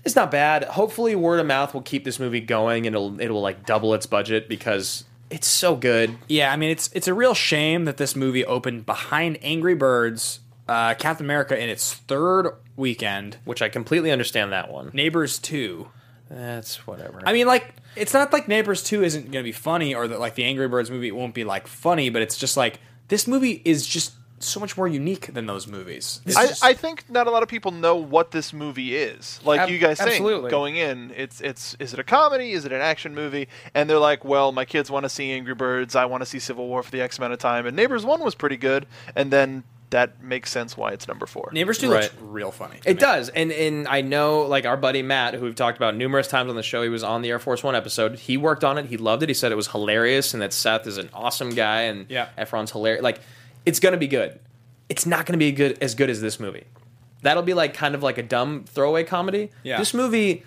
Speaker 3: is not bad. Hopefully, word of mouth will keep this movie going, and it'll it'll like double its budget because it's so good.
Speaker 1: yeah, I mean it's it's a real shame that this movie opened behind Angry Birds, uh, Captain America in its third weekend,
Speaker 3: Which I completely understand that one.
Speaker 1: Neighbors two.
Speaker 3: That's whatever.
Speaker 1: I mean, like it's not like Neighbors two isn't going to be funny, or that like the Angry Birds movie won't be like funny, but it's just like this movie is just so much more unique than those movies. This is
Speaker 4: I,
Speaker 1: just-
Speaker 4: I think not a lot of people know what this movie is. Like
Speaker 3: Ab-
Speaker 4: you guys saying
Speaker 3: absolutely.
Speaker 4: going in, it's it's is it a comedy? Is it an action movie? And they're like, well, my kids want to see Angry Birds. I want to see Civil War for the X amount of time. And Neighbors One was pretty good. And then that makes sense why it's number four.
Speaker 1: Neighbors two
Speaker 3: Right.
Speaker 1: looks real funny.
Speaker 3: It does, and and I know like our buddy Matt, who we've talked about numerous times on the show. He was on the Air Force One episode. He worked on it. He loved it. He said it was hilarious, and that Seth is an awesome guy, and
Speaker 1: Yeah.
Speaker 3: Efron's hilarious. Like, it's gonna be good. It's not gonna be good as good as this movie. That'll be like kind of like a dumb throwaway comedy.
Speaker 1: Yeah.
Speaker 3: This movie,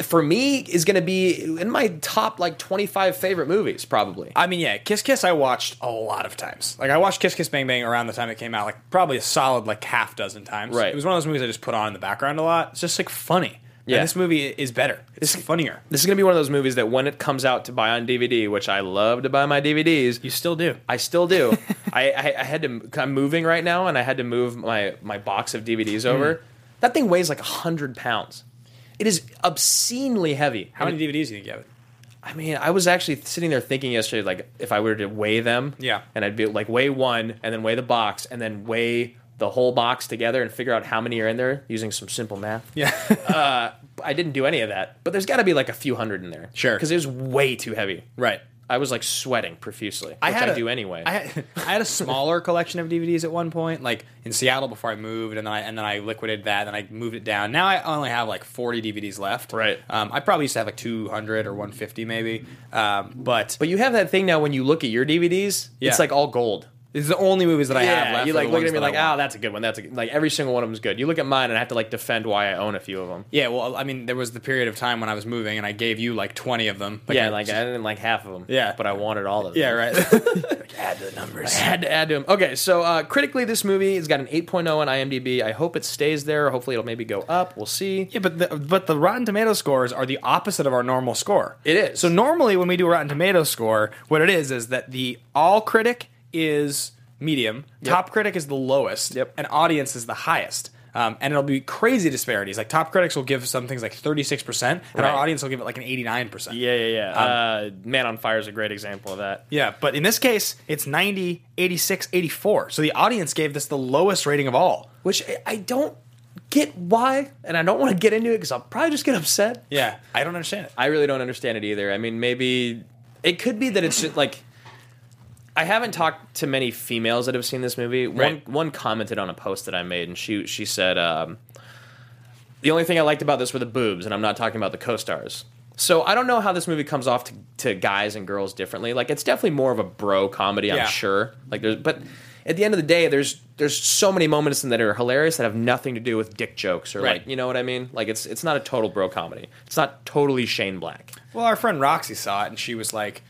Speaker 3: for me, is gonna be in my top like twenty five favorite movies probably.
Speaker 1: I mean, yeah, Kiss Kiss I watched a lot of times. Like I watched Kiss Kiss Bang Bang around the time it came out, like probably a solid like half dozen times.
Speaker 3: Right.
Speaker 1: It was one of those movies I just put on in the background a lot. It's just like funny. Yeah.
Speaker 3: Yeah.
Speaker 1: And this movie is better. It's funnier.
Speaker 3: this is gonna be one of those movies that when it comes out to buy on DVD, which I love to buy my DVDs,
Speaker 1: You still do.
Speaker 3: I still do. I, I, I had to. I'm moving right now, and I had to move my my box of DVDs over.
Speaker 1: Hmm.
Speaker 3: That thing weighs like hundred pounds. It is obscenely heavy.
Speaker 1: How many DVDs do you think you have?
Speaker 3: I mean, I was actually sitting there thinking yesterday, like if I were to weigh them,
Speaker 1: Yeah.
Speaker 3: and I'd be like weigh one, and then weigh the box, and then weigh the whole box together, and figure out how many are in there using some simple math. Uh,
Speaker 1: Yeah.
Speaker 3: I didn't do any of that, but there's got to be like a few hundred in there,
Speaker 1: Sure.
Speaker 3: because it was way too heavy.
Speaker 1: right.
Speaker 3: I was like sweating profusely, which I,
Speaker 1: had a-
Speaker 3: do anyway.
Speaker 1: I had, I had a smaller collection of DVDs at one point, like in Seattle before I moved, and then I and then I liquidated that, and I moved it down. Now I only have like forty DVDs left.
Speaker 3: Right.
Speaker 1: Um, I probably used to have like two hundred or one fifty maybe. Um, but
Speaker 3: But you have that thing now when you look at your DVDs,
Speaker 1: Yeah.
Speaker 3: it's like all gold.
Speaker 1: These are the only movies that I have left.
Speaker 3: you
Speaker 1: are the
Speaker 3: like look
Speaker 1: ones
Speaker 3: at me
Speaker 1: that I
Speaker 3: like,
Speaker 1: want.
Speaker 3: oh, that's a good one. That's a good. like every single one of them's good. You look at mine, and I have to like defend why I own a few of them.
Speaker 1: Yeah, well, I mean, there was the period of time when I was moving, and I gave you like twenty of them.
Speaker 3: yeah,
Speaker 1: I-
Speaker 3: like I didn't like half of them.
Speaker 1: Yeah.
Speaker 3: but I wanted all of them.
Speaker 1: yeah, right.
Speaker 3: I had to add to them. Okay, so uh, critically, this movie has got an 8.0 on IMDb. I hope it stays there. Hopefully, it'll maybe go up. We'll see.
Speaker 1: Yeah, but the, but the Rotten Tomato scores are the opposite of our normal score.
Speaker 3: It is.
Speaker 1: So normally when we do a Rotten Tomato score, what it is is that the all critic is medium, top critic is the lowest,
Speaker 3: Yep.
Speaker 1: and audience is the highest. Um, and it'll be crazy disparities. Like top critics will give some things like thirty six percent, and
Speaker 3: Right.
Speaker 1: our audience will give it like an eighty nine percent.
Speaker 3: Yeah, yeah, yeah.
Speaker 1: Um,
Speaker 3: uh, Man on Fire is a great example of that.
Speaker 1: Yeah, but in this case, it's 90, 86, 84. So the audience gave this the lowest rating of all.
Speaker 3: Which I- I don't get why, and I don't want to get into it because I'll probably just get upset.
Speaker 1: Yeah, I don't understand it.
Speaker 3: I really don't understand it either. I mean, maybe it could be that it's just like I haven't talked to many females that have seen this movie.
Speaker 1: Right.
Speaker 3: One one commented on a post that I made, and she she said um, the only thing I liked about this were the boobs, and I'm not talking about the co-stars. So I don't know how this movie comes off to, to guys and girls differently. Like it's definitely more of a bro comedy,
Speaker 1: Yeah.
Speaker 3: I'm sure. Like there's but at the end of the day, there's there's so many moments in that are hilarious that have nothing to do with dick jokes or
Speaker 1: Right.
Speaker 3: like you know what I mean. Like it's it's not a total bro comedy. It's not totally Shane Black.
Speaker 1: Well, our friend Roxy saw it, and she was like,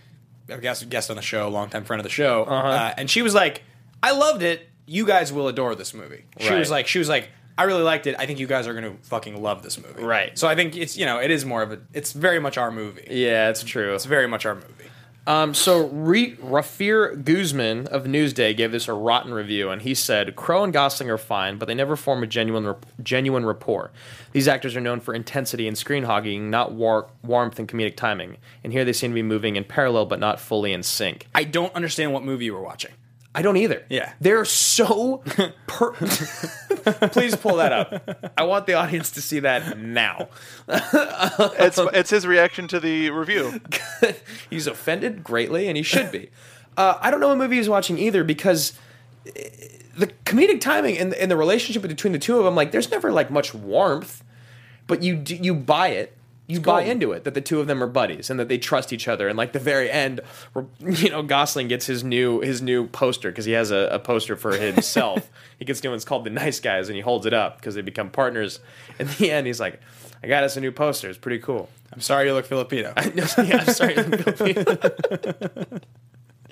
Speaker 1: I guess guest on the show, longtime friend of the show, uh and she was like, "I loved it. You guys will adore this movie." She
Speaker 3: Right.
Speaker 1: was like, "She was like, I really liked it. I think you guys are going to fucking love this movie."
Speaker 3: Right.
Speaker 1: So I think it's you know it is more of a it's very much our movie.
Speaker 3: Yeah, it's true.
Speaker 1: It's very much our movie.
Speaker 3: Um, so Re- Rafir Guzman of Newsday gave this a rotten review, and he said Crow and Gosling are fine, but they never form a genuine rap- genuine rapport. These actors are known for intensity and screen hogging, not war- warmth and comedic timing. And here they seem to be moving in parallel, but not fully in sync.
Speaker 1: I don't understand what movie you were watching.
Speaker 3: I don't either.
Speaker 1: Yeah.
Speaker 3: they're so. Per- Please pull that up. I want the audience to see that now.
Speaker 4: it's it's his reaction to the review.
Speaker 3: he's offended greatly, and he should be. Uh, I don't know what movie he's watching either because uh, the comedic timing and, and the relationship between the two of them, like, there's never like much warmth, but you do, you buy it. You buy
Speaker 1: golden.
Speaker 3: into it that the two of them are buddies and that they trust each other. And like the very end, where, you know, Gosling gets his new his new poster because he has a, a poster for himself. he gets new. It's called the Nice Guys, and he holds it up because they become partners. In the end, he's like, "I got us a new poster. It's pretty cool."
Speaker 1: I'm sorry you look Filipino.
Speaker 3: yeah, I'm sorry.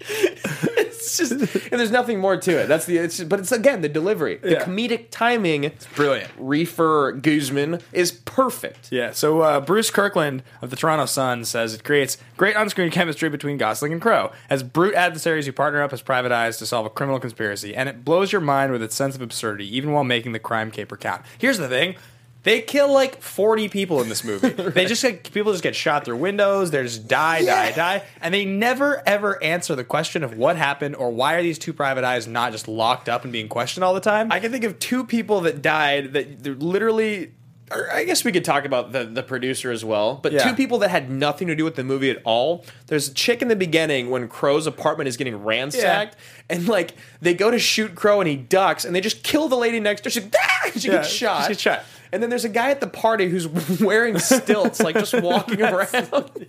Speaker 3: it's just, and there's nothing more to it. That's the, it's, but it's again the delivery, the
Speaker 1: Yeah.
Speaker 3: comedic timing. It's
Speaker 1: brilliant.
Speaker 3: Reefer Guzman is perfect.
Speaker 1: Yeah, so uh, Bruce Kirkland of the Toronto Sun says it creates great on screen chemistry between Gosling and Crow. As brute adversaries who partner up as private eyes to solve a criminal conspiracy, and it blows your mind with its sense of absurdity, even while making the crime caper count. Here's the thing. They kill like 40 people in this movie. They just like, people just get shot through windows. They just die, die, die. And they never ever answer the question of what happened or why are these two private eyes not just locked up and being questioned all the time.
Speaker 3: I can think of two people that died that they're literally. Or I guess we could talk about the, the producer as well, but
Speaker 1: Yeah.
Speaker 3: two people that had nothing to do with the movie at all. There's a chick in the beginning when Crow's apartment is getting ransacked, and like they go to shoot Crow and he ducks, and they just kill the lady next door. She, ah! she
Speaker 1: Yeah,
Speaker 3: gets shot.
Speaker 1: she gets shot.
Speaker 3: And then there's a guy at the party who's wearing stilts, like just walking around.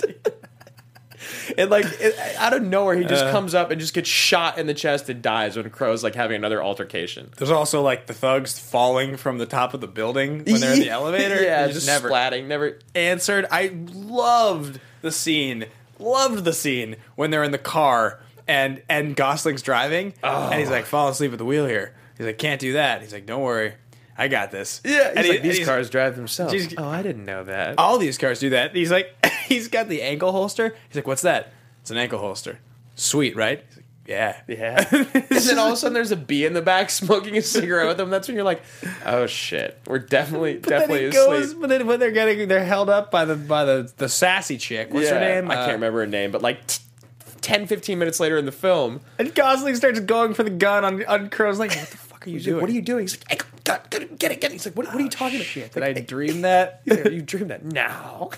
Speaker 3: And like it, out of nowhere, he
Speaker 1: Uh.
Speaker 3: just comes up and just gets shot in the chest and dies when Crow's like having another altercation.
Speaker 1: There's also like the thugs falling from the top of the building when they're in the elevator.
Speaker 3: Yeah,
Speaker 1: You
Speaker 3: just, splatting. Never.
Speaker 1: answered. I loved the scene. Loved the scene when they're in the car and and Gosling's driving and he's like falling asleep at the wheel here. He's like, can't do that. He's like, don't worry, I got this.
Speaker 3: Yeah,
Speaker 1: and he- and
Speaker 3: these cars drive themselves.
Speaker 1: Jeez.
Speaker 3: oh, I didn't know that.
Speaker 1: All these cars do that. He's like, he's got the ankle holster. He's like, what's that? It's an ankle holster. Sweet, right? He's like, yeah.
Speaker 3: yeah. and then all of a sudden, there's a bee in the back smoking a cigarette with them. That's when you're like, oh shit, we're definitely
Speaker 1: Then
Speaker 3: definitely
Speaker 1: he goes,
Speaker 3: asleep.
Speaker 1: but then when they're getting, they're held up by the by the the sassy chick. What's her
Speaker 3: Yeah,
Speaker 1: name?
Speaker 3: I can't
Speaker 1: Uh,
Speaker 3: remember her name, but like t- 10, 15 minutes later in the film,
Speaker 1: Uh, And Gosling starts going for the gun on on Crow's like, what the fuck are you
Speaker 3: he's like,
Speaker 1: doing?
Speaker 3: what are you doing? Oh, He's like, "Hey, God, get it, get it, get it. He's like, what, what are you talking about?
Speaker 1: Did I
Speaker 3: Like,
Speaker 1: dream that?
Speaker 3: "Hey, you dreamed that now.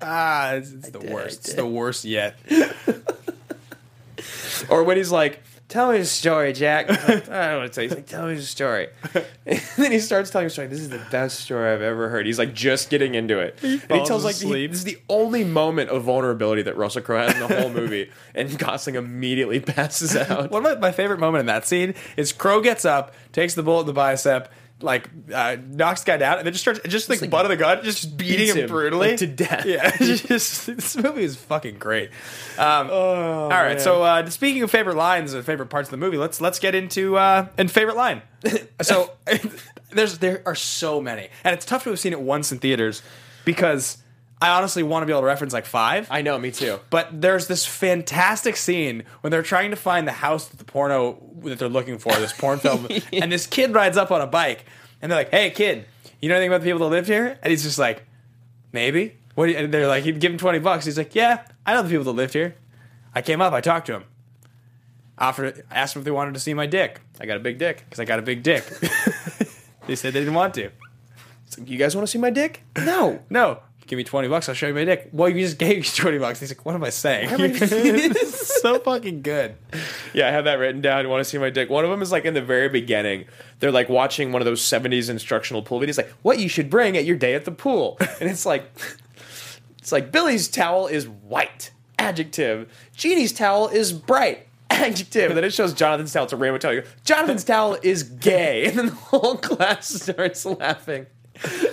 Speaker 1: ah, it's, it's the worst. It's the worst yet.
Speaker 3: or when he's like, tell me the story, Jack. I'm like, I don't want to tell you. He's like, tell me the story. And then he starts telling a story. This is the best story I've ever heard. He's like just getting into it. and he
Speaker 1: falls
Speaker 3: tells like he,
Speaker 1: asleep.
Speaker 3: this is the only moment of vulnerability that Russell Crowe has in the whole movie. And Gosling immediately passes out.
Speaker 1: One of my, my favorite moment in that scene is Crow gets up, takes the bullet in the bicep, like uh, knocks the guy down, and then just starts just like, butt of the gun, just beating
Speaker 3: beats
Speaker 1: him,
Speaker 3: him,
Speaker 1: brutally
Speaker 3: like, to death.
Speaker 1: Yeah, just, this movie is fucking great. Um,
Speaker 3: Oh,
Speaker 1: all right, so uh, speaking of favorite lines and favorite parts of the movie, let's let's get into uh, and favorite line. so there's there are so many, and it's tough to have seen it once in theaters because I honestly want to be able to reference like five.
Speaker 3: I know, me too.
Speaker 1: But there's this fantastic scene when they're trying to find the house that the porno that they're looking for, this porn film, and this kid rides up on a bike, and they're like, "Hey, kid, you know anything about the people that lived here?" And he's just like, "Maybe." What? do you-" And they're like, "He'd give him twenty bucks." He's like, "Yeah, I know the people that lived here. I came up, I talked to him, offered, asked them if they wanted to see my dick
Speaker 3: I got a big dick.
Speaker 1: because I got a big dick." they said they didn't want to.
Speaker 3: It's like, you guys want to see my dick? No.
Speaker 1: No. Give me 20 bucks, I'll show you my dick. Well, you just gave you 20 bucks. He's like, what am I saying? it's so fucking good.
Speaker 3: Yeah, I have that written down. Want to see my dick? One of them is like in the very beginning. They're like watching one of those '70s instructional pool videos, like what you should bring at your day at the pool, and it's like, it's like Billy's towel is white, adjective. Jeannie's towel is bright, adjective. And then it shows Jonathan's towel. It's a rainbow towel. You go, Jonathan's towel is gay, and then the whole class starts laughing.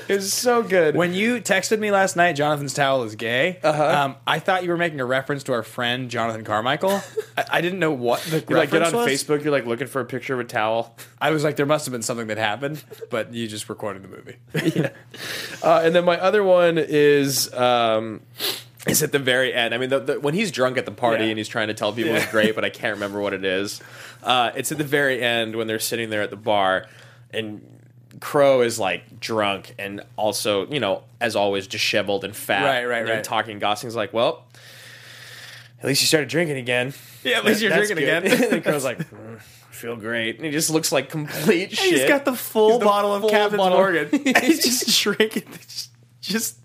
Speaker 3: It's so good.
Speaker 1: When you texted me last night, Jonathan's towel is gay. Uh-huh. Um, I thought you were making a reference to our friend Jonathan Carmichael. I, I didn't know what the
Speaker 3: you like get
Speaker 1: reference
Speaker 3: on
Speaker 1: was.
Speaker 3: Facebook, you're like looking for a picture of a towel.
Speaker 1: I was like, there must have been something that happened, but you just recorded the movie.
Speaker 3: Uh, and then my other one is um, is at the very end. I mean, the, the, when he's drunk at the party
Speaker 1: Yeah.
Speaker 3: and he's trying to tell people it's great, but I can't remember what it is. Uh, it's at the very end when they're sitting there at the bar, and Crow is like drunk and also, you know, as always, disheveled and fat.
Speaker 1: Right, right,
Speaker 3: and they're
Speaker 1: right.
Speaker 3: Talking, Gosling's like, well. At least you started drinking again.
Speaker 1: Yeah, at least you're
Speaker 3: That's
Speaker 1: drinking
Speaker 3: good."
Speaker 1: again.
Speaker 3: and Crow's like, "Mm, I feel great. And he just looks like complete shit.
Speaker 1: He's got the full
Speaker 3: He's the
Speaker 1: bottle of
Speaker 3: full
Speaker 1: Captain
Speaker 3: bottle.
Speaker 1: Morgan. he's just drinking. Just, just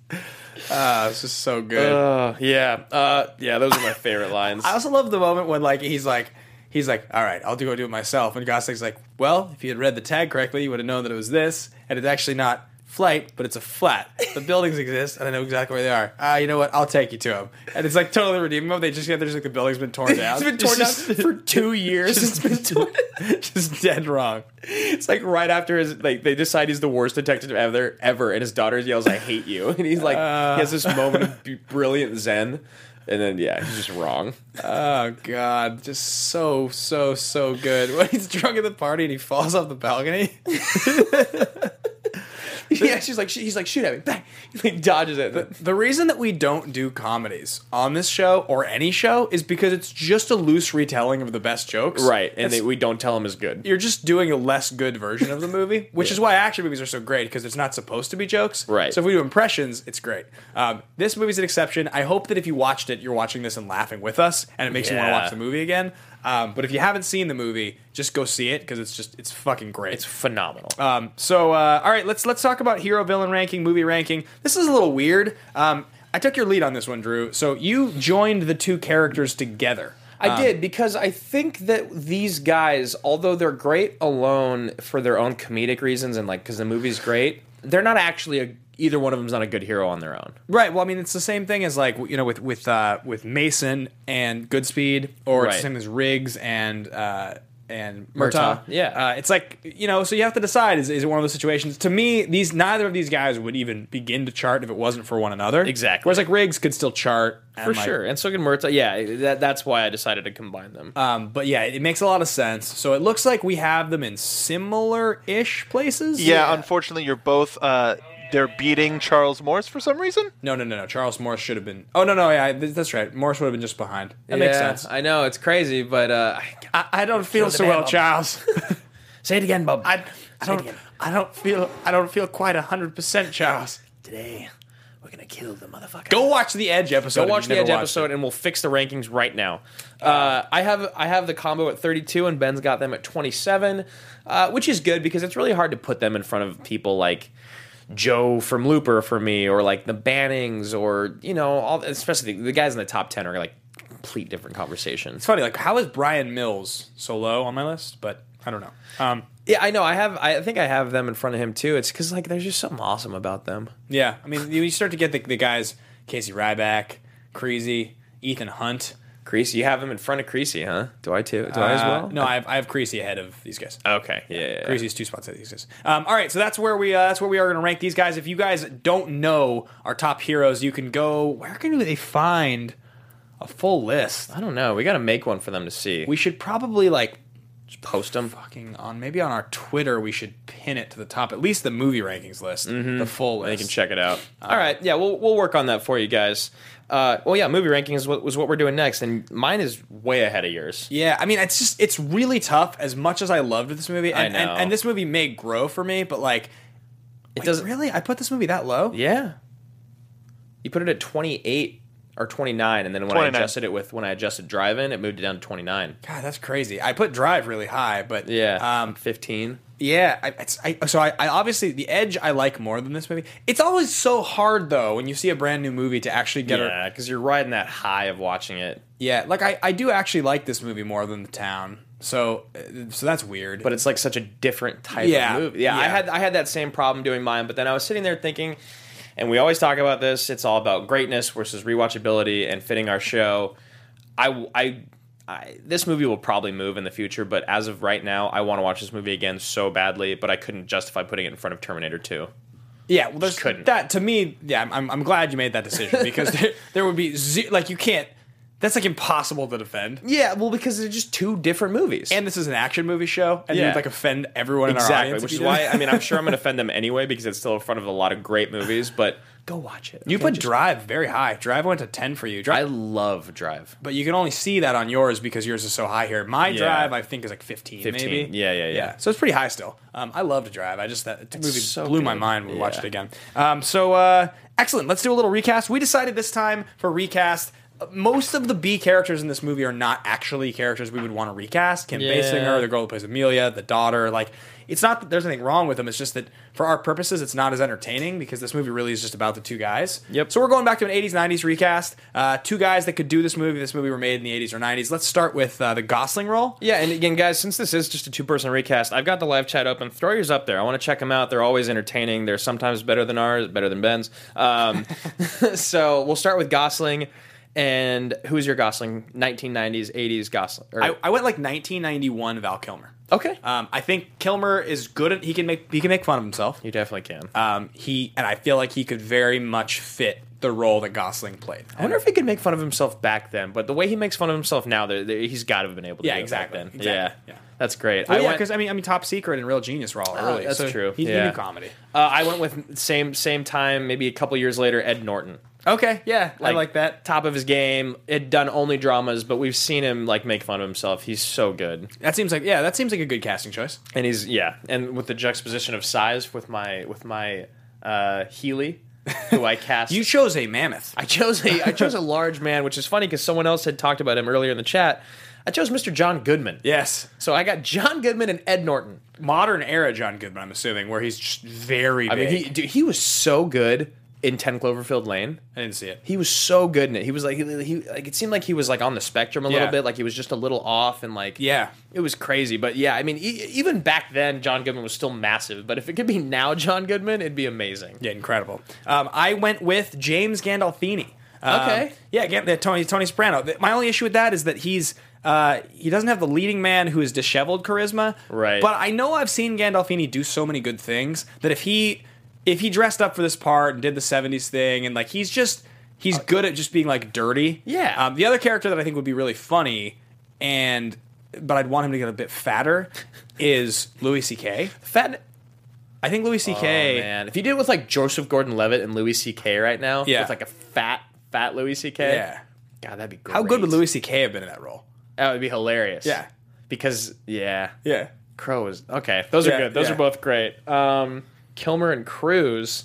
Speaker 1: ah, it's just so good.
Speaker 3: Uh, yeah, uh, yeah. Those are my favorite lines.
Speaker 1: I also love the moment when like he's like he's like, all right, I'll do go do it myself, and Gosling's like, well, if you had read the tag correctly, you would have known that it was this, and it's actually not flight, but it's a flat. The buildings exist, and I know exactly where they are. Ah, you know what? I'll take you to them, and it's like totally redeemable. They just get there's like the building's been torn down.
Speaker 3: it's been torn down
Speaker 1: just,
Speaker 3: for two years. It's been torn.
Speaker 1: just dead wrong.
Speaker 3: It's like right after his like they decide he's the worst detective ever, ever, and his daughter yells, "I hate you," and he's like, he has this moment of b- brilliant zen, and then yeah, he's just wrong.
Speaker 1: Oh god, just so so so good. When he's drunk at the party and he falls off the balcony.
Speaker 3: yeah, she's like, she, he's like, shoot at me, bang, he like dodges it.
Speaker 1: The reason that we don't do comedies on this show or any show is because it's just a loose retelling of the best jokes.
Speaker 3: Right, and
Speaker 1: It's-
Speaker 3: they, we don't tell him is good.
Speaker 1: you're just doing a less good version of the movie, which is why action movies are so great because it's not supposed to be jokes.
Speaker 3: Right.
Speaker 1: So if we do impressions, it's great. Um, this movie's an exception. I hope that if you watched it, you're watching this and laughing with us, and it makes you want to
Speaker 3: Yeah.
Speaker 1: watch the movie again. Um, but if you haven't seen the movie, just go see it because it's just it's fucking great.
Speaker 3: It's phenomenal.
Speaker 1: Um, so uh, all right, let's let's talk about hero villain ranking, movie ranking. This is a little weird. Um, I took your lead on this one, Drew. So you joined the two characters together.
Speaker 3: I did because I think that these guys, although they're great alone for their own comedic reasons and like because the movie's great, they're not actually a, either one of them's not a good hero on their own.
Speaker 1: Right. Well, I mean, it's the same thing as like you know with with uh, with Mason and Goodspeed, or it's the
Speaker 3: Right.
Speaker 1: same as Riggs and. Uh, and Murtaugh,
Speaker 3: Murtaugh, yeah.
Speaker 1: uh, it's like you know. So you have to decide: is, is it one of those situations? To me, these neither of these guys would even begin to chart if it wasn't for one another.
Speaker 3: Exactly.
Speaker 1: Whereas like Riggs could still chart and,
Speaker 3: For
Speaker 1: like,
Speaker 3: sure, and so can Murtaugh. Yeah, that, that's why I decided to combine them.
Speaker 1: um, But yeah, it makes a lot of sense. So it looks like we have them in similar-ish places.
Speaker 4: Yeah, unfortunately, you're both. Uh, they're beating Charles Morse for some reason.
Speaker 1: No, no, no, no. Charles Morse should have been. Oh no, no. Yeah, th- that's right. Morse would have been just behind. That makes
Speaker 3: Yeah,
Speaker 1: sense.
Speaker 3: I know it's crazy, but uh,
Speaker 1: I, I don't feel so well, Charles.
Speaker 3: say it again, Bob.
Speaker 1: I, I don't. I don't feel. I don't feel quite hundred percent, Charles.
Speaker 3: Today, we're gonna kill the motherfucker.
Speaker 1: Go watch the Edge episode.
Speaker 3: Go
Speaker 1: if
Speaker 3: watch
Speaker 1: you've
Speaker 3: the
Speaker 1: never
Speaker 3: Edge
Speaker 1: watched
Speaker 3: episode, and we'll fix the rankings right now. Uh, I have I have the combo at 32, and Ben's got them at 27, uh, which is good because it's really hard to put them in front of people like Joe from Looper for me, or like the Bannings, or you know, all especially the, the guys in the top 10 are like complete different conversation.
Speaker 1: It's funny, like how is Brian Mills so low on my list? But I don't know. Um,
Speaker 3: Yeah, I know. I have. I think I have them in front of him too. It's because like there's just something awesome about them.
Speaker 1: yeah, I mean, you start to get the, the guys Casey Ryback, Creasy, Ethan Hunt.
Speaker 3: Creasy, you have him in front of Creasy, huh? Do I too? Do I as
Speaker 1: Uh,
Speaker 3: well? Oh,
Speaker 1: no, I have, I have Creasy ahead of these guys.
Speaker 3: Okay. Yeah. yeah, yeah.
Speaker 1: Craziest two spots that exist. Um, all right, so that's where we uh, that's where we are going to rank these guys. If you guys don't know our top heroes, you can go. Where can they find a full list?
Speaker 3: I don't know. We got to make one for them to see.
Speaker 1: We should probably like
Speaker 3: should post them.
Speaker 1: fucking on maybe on our Twitter. We should pin it to the top, at least the movie rankings list, the full list.
Speaker 3: Mm-hmm. They can check it out. All right, yeah, we'll we'll work on that for you guys. Uh, well, yeah, movie ranking is what was what we're doing next, and mine is way ahead of yours.
Speaker 1: Yeah, I mean, it's just it's really tough. As much as I loved this movie,
Speaker 3: I
Speaker 1: and, and,
Speaker 3: know.
Speaker 1: and this movie may grow for me, but like,
Speaker 3: It
Speaker 1: wait,
Speaker 3: doesn't
Speaker 1: really. I put this movie that low.
Speaker 3: Yeah, you put it at twenty eight or twenty nine, and then when I
Speaker 4: 29.
Speaker 3: adjusted it with when I adjusted drive in, it moved it down to twenty nine.
Speaker 1: God, that's crazy. I put Drive really high, but
Speaker 3: Yeah,
Speaker 1: um,
Speaker 3: fifteen.
Speaker 1: Yeah, I, it's, I, so I, I obviously the Edge I like more than this movie. It's always so hard though when you see a brand new movie to actually get a
Speaker 3: Yeah, because you're riding that high of watching it,
Speaker 1: yeah. Like I, I do actually like this movie more than the Town. So uh, so that's weird.
Speaker 3: but it's like such a different type
Speaker 1: Yeah,
Speaker 3: of movie. Yeah, I
Speaker 1: yeah.
Speaker 3: had I had that same problem doing mine, but then I was sitting there thinking, and we always talk about this. It's all about greatness versus rewatchability and fitting our show. I I. I, this movie will probably move in the future, but as of right now, I want to watch this movie again so badly, but I couldn't justify putting it in front of Terminator 2.
Speaker 1: yeah, well, there's
Speaker 3: couldn't.
Speaker 1: that to me. Yeah, I'm- I'm, I'm glad you made that decision because there, there would be ze- like you can't. That's like impossible to defend.
Speaker 3: Yeah, well, because they're just two different movies.
Speaker 1: And this is an action movie show, and
Speaker 3: Yeah.
Speaker 1: you'd like offend everyone in our
Speaker 3: exactly,
Speaker 1: audience. if
Speaker 3: which
Speaker 1: you
Speaker 3: is
Speaker 1: did
Speaker 3: why,
Speaker 1: that.
Speaker 3: I mean, I'm sure I'm going to offend them anyway because it's still in front of a lot of great movies, but go watch it.
Speaker 1: you
Speaker 3: okay?
Speaker 1: put
Speaker 3: Just-
Speaker 1: Drive very high. Drive went to ten for you. Drive
Speaker 3: I love Drive.
Speaker 1: but you can only see that on yours because yours is so high here. My
Speaker 3: Yeah.
Speaker 1: drive, I think, is like 15,
Speaker 3: 15.
Speaker 1: maybe.
Speaker 3: Yeah, yeah, yeah.
Speaker 1: So it's pretty high still. Um, I love to drive. I just that the movie
Speaker 3: so
Speaker 1: blew my
Speaker 3: good.
Speaker 1: mind when we watched
Speaker 3: Yeah.
Speaker 1: it again. Um, so uh, excellent. Let's do a little recast. We decided this time for recast. uh, Most of the B characters in this movie are not actually characters we would want to recast. Kim
Speaker 3: Yeah.
Speaker 1: Basinger, the girl who plays Amelia, the daughter. Like, it's not that there's anything wrong with them. It's just that for our purposes, it's not as entertaining because this movie really is just about the two guys.
Speaker 3: Yep.
Speaker 1: So we're going back to an 80s, 90s recast. Uh, two guys that could do this movie. This movie were made in the 80s or 90s. Let's start with uh, the Gosling role.
Speaker 3: Yeah, and again, guys, since this is just a two-person recast, I've got the live chat open. Throw yours up there. I want to check them out. They're always entertaining. They're sometimes better than ours, better than Ben's. Um, so we'll start with Gosling. And who's your Gosling? 1990s, 80s Gosling. or-
Speaker 1: I, I went like 1991 Val Kilmer.
Speaker 3: okay,
Speaker 1: Um, I think Kilmer is good. At, he can make he can make fun of himself.
Speaker 3: you definitely can.
Speaker 1: Um, he and I feel like he could very much fit the role that Gosling played.
Speaker 3: I wonder if he could make fun of himself back then, but the way he makes fun of himself now, there there- he's got to have been able to.
Speaker 1: Yeah,
Speaker 3: do it back
Speaker 1: exactly,
Speaker 3: then.
Speaker 1: exactly,
Speaker 3: Yeah,
Speaker 1: yeah.
Speaker 3: that's great.
Speaker 1: Well,
Speaker 3: I
Speaker 1: yeah,
Speaker 3: went-
Speaker 1: because I mean, I mean, Top Secret and Real Genius were all Ah,
Speaker 3: Oh,
Speaker 1: early.
Speaker 3: that's
Speaker 1: so
Speaker 3: true.
Speaker 1: He, he
Speaker 3: Yeah.
Speaker 1: knew comedy.
Speaker 3: Uh, I went with same same time, maybe a couple years later, Ed Norton.
Speaker 1: Okay, yeah, I like that.
Speaker 3: Top of his game. Had done only dramas, but we've seen him like make fun of himself. He's so good,
Speaker 1: That seems like yeah, that seems like a good casting choice.
Speaker 3: and he's yeah. And with the juxtaposition of size with my with my uh, Healy, who I cast.
Speaker 1: You chose a mammoth.
Speaker 3: I chose a I chose a large man, which is funny because someone else had talked about him earlier in the chat. I chose Mr. John Goodman.
Speaker 1: yes,
Speaker 3: So I got John Goodman and Ed Norton.
Speaker 1: modern era John Goodman. I'm assuming where he's just very.
Speaker 3: I mean,
Speaker 1: big.
Speaker 3: he dude, he was so good in Ten Cloverfield Lane.
Speaker 1: I didn't see it.
Speaker 3: he was so good in it. He was like he, he- like it seemed like he was like on the spectrum a
Speaker 1: Yeah.
Speaker 3: little bit, like he was just a little off and like
Speaker 1: Yeah.
Speaker 3: it was crazy. But yeah, I mean, e- even back then, John Goodman was still massive. But if it could be now, John Goodman, it'd be amazing.
Speaker 1: Yeah, incredible. Um, I went with James Gandolfini. Um,
Speaker 3: Okay.
Speaker 1: Yeah, Gan- the Tony Tony Soprano. The- My only issue with that is that he's uh, he doesn't have the leading man who is disheveled charisma.
Speaker 3: Right.
Speaker 1: But I know I've seen Gandolfini do so many good things that if he if he dressed up for this part and did the '70s thing and like he's just he's good at just being like dirty.
Speaker 3: Uh, Yeah.
Speaker 1: Um, the other character that I think would be really funny and but I'd want him to get a bit fatter is Louis C.K.
Speaker 3: Fat
Speaker 1: I think Louis C.K.
Speaker 3: Oh, man, if you did it with like Joseph Gordon-Levitt and Louis C.K. right now,
Speaker 1: Yeah.
Speaker 3: with like a fat fat Louis C.K.
Speaker 1: Yeah.
Speaker 3: God, that'd be great.
Speaker 1: How good would Louis C.K. have been in that role?
Speaker 3: That would be hilarious.
Speaker 1: Yeah.
Speaker 3: because yeah,
Speaker 1: Yeah.
Speaker 3: Crow is okay. Those
Speaker 1: Yeah,
Speaker 3: are good. Those
Speaker 1: yeah.
Speaker 3: are both great. Um, Kilmer and Cruz.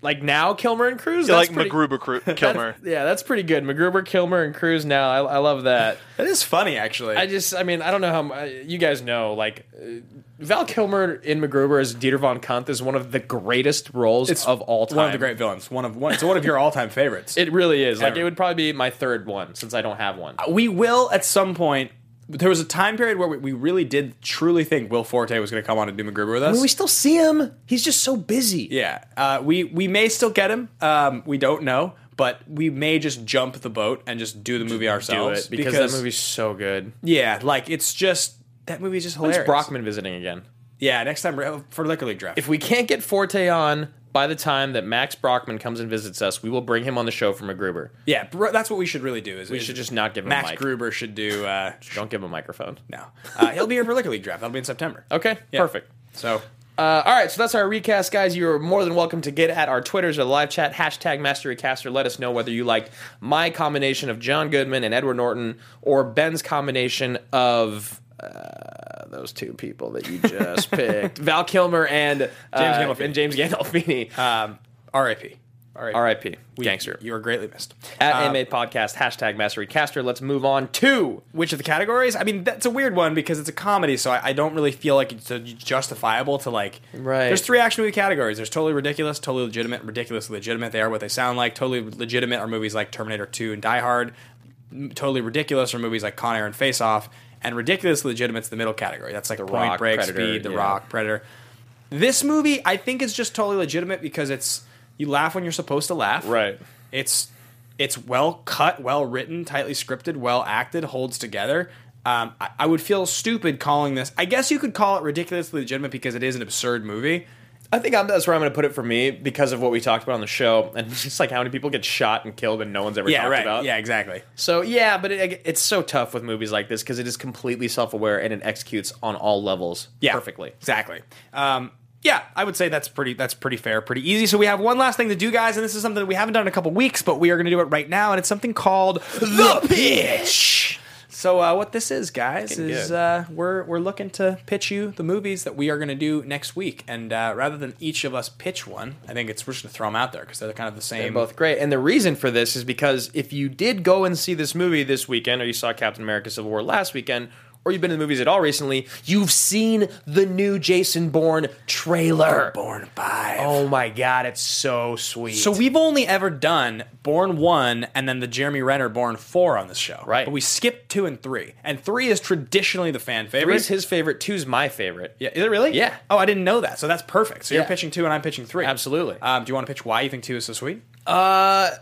Speaker 3: like now Kilmer and Cruz.
Speaker 4: Yeah,
Speaker 3: That's
Speaker 4: like
Speaker 3: pretty-
Speaker 4: MacGruber Cru-
Speaker 3: that's-
Speaker 4: Kilmer.
Speaker 3: yeah, that's pretty good. MacGruber, Kilmer, and Cruz. Now I, I love that.
Speaker 1: That is funny, actually.
Speaker 3: I just, I mean, I don't know how mu- you guys know. Like uh, Val Kilmer in MacGruber as Dieter von Kant is one of the greatest roles of all time.
Speaker 1: One of the great villains. One of one. It's one of your all-time favorites.
Speaker 3: It really is. Like
Speaker 1: Ever.
Speaker 3: it would probably be my third one since I don't have one.
Speaker 1: we will at some point. There was a time period where we, we really did truly think Will Forte was going to come on and do MacGruber with us.
Speaker 3: we still see him. He's just so busy.
Speaker 1: Yeah, uh, we we may still get him. Um, we don't know, but we may just jump the boat and just do the movie
Speaker 3: Do
Speaker 1: ourselves
Speaker 3: it because, that movie's so good.
Speaker 1: Yeah, like it's just that movie's just
Speaker 3: When's
Speaker 1: hilarious.
Speaker 3: Brockman visiting again?
Speaker 1: Yeah, next time we're- for liquor league draft.
Speaker 3: If we can't get Forte on by the time that Max Brockman comes and visits us, we will bring him on the show from a Gruber.
Speaker 1: yeah, bro, that's what we should really do. Is we
Speaker 3: should just not give him a
Speaker 1: Max
Speaker 3: mic.
Speaker 1: Gruber should do. Uh,
Speaker 3: Don't give him a microphone.
Speaker 1: no, uh, he'll be here for liquor league draft. That'll be in September.
Speaker 3: Okay,
Speaker 1: Yeah.
Speaker 3: perfect.
Speaker 1: So
Speaker 3: Uh, all right, so that's our recast, guys. You're more than welcome to get at our Twitters or live chat, hashtag MasteryCaster. Let us know whether you liked my combination of John Goodman and Edward Norton or Ben's combination of uh, those two people that you just picked Val Kilmer and James,
Speaker 1: Gandolfini. Uh,
Speaker 3: and James Gandolfini.
Speaker 1: R.I.P. R.I.P.
Speaker 3: RIP, gangster.
Speaker 1: You are greatly missed.
Speaker 3: at
Speaker 1: Um,
Speaker 3: MA Podcast, hashtag MasteryCaster. Let's move on to.
Speaker 1: which of the categories? I mean, that's a weird one because it's a comedy, so I, I don't really feel like it's uh, justifiable to like.
Speaker 3: Right.
Speaker 1: There's three action movie categories. There's totally ridiculous, totally legitimate, ridiculous, legitimate. They are what they sound like. Totally legitimate are movies like Terminator 2 and Die Hard. M- Totally ridiculous are movies like Con Air and Face Off. And ridiculous legitimate's the middle category. That's like Point
Speaker 3: Rock,
Speaker 1: Break,
Speaker 3: Predator,
Speaker 1: Speed, The
Speaker 3: yeah.
Speaker 1: Rock, Predator. This movie, I think, is just totally legitimate because it's you laugh when you're supposed to laugh.
Speaker 3: Right.
Speaker 1: It's it's well cut, well written, tightly scripted, well acted, holds together. Um, I, I would feel stupid calling this. I guess you could call it ridiculously legitimate because it is an absurd movie.
Speaker 3: I think I'm, that's where I'm going to put it for me because of what we talked about on the show and just like how many people get shot and killed and no one's ever talked about.
Speaker 1: Yeah, exactly.
Speaker 3: So yeah, but it, it's so tough with movies like this because it is completely self-aware and it executes on all levels
Speaker 1: Yeah,
Speaker 3: perfectly.
Speaker 1: Exactly. Um, yeah, I would say that's pretty. That's pretty fair, pretty easy. So we have one last thing to do, guys, and this is something that we haven't done in a couple weeks, but we are going to do it right now, and it's something called the pitch. So uh, what this is, guys,
Speaker 3: Getting
Speaker 1: is
Speaker 3: good.
Speaker 1: uh, we're we're looking to pitch you the movies that we are going to do next week, and uh, rather than each of us pitch one, I think it's we're just going to throw them out there because they're kind of the
Speaker 3: They're
Speaker 1: same.
Speaker 3: both great, and the reason for this is because if you did go and see this movie this weekend, or you saw Captain America: Civil War last weekend, or you've been in the movies at all recently, you've seen the new Jason Bourne trailer.
Speaker 1: born five.
Speaker 3: Oh my god, it's so sweet.
Speaker 1: So we've only ever done Born One and then the Jeremy Renner Born Four on this show,
Speaker 3: Right.
Speaker 1: But we skipped two and three, and three is traditionally the fan favorite.
Speaker 3: three's his favorite, two's my favorite.
Speaker 1: yeah, is it really?
Speaker 3: Yeah.
Speaker 1: Oh, I didn't know that. So that's perfect. So
Speaker 3: Yeah.
Speaker 1: you're pitching two, and I'm pitching three.
Speaker 3: Absolutely.
Speaker 1: Um, do you want to pitch why you think two is so sweet?
Speaker 3: I-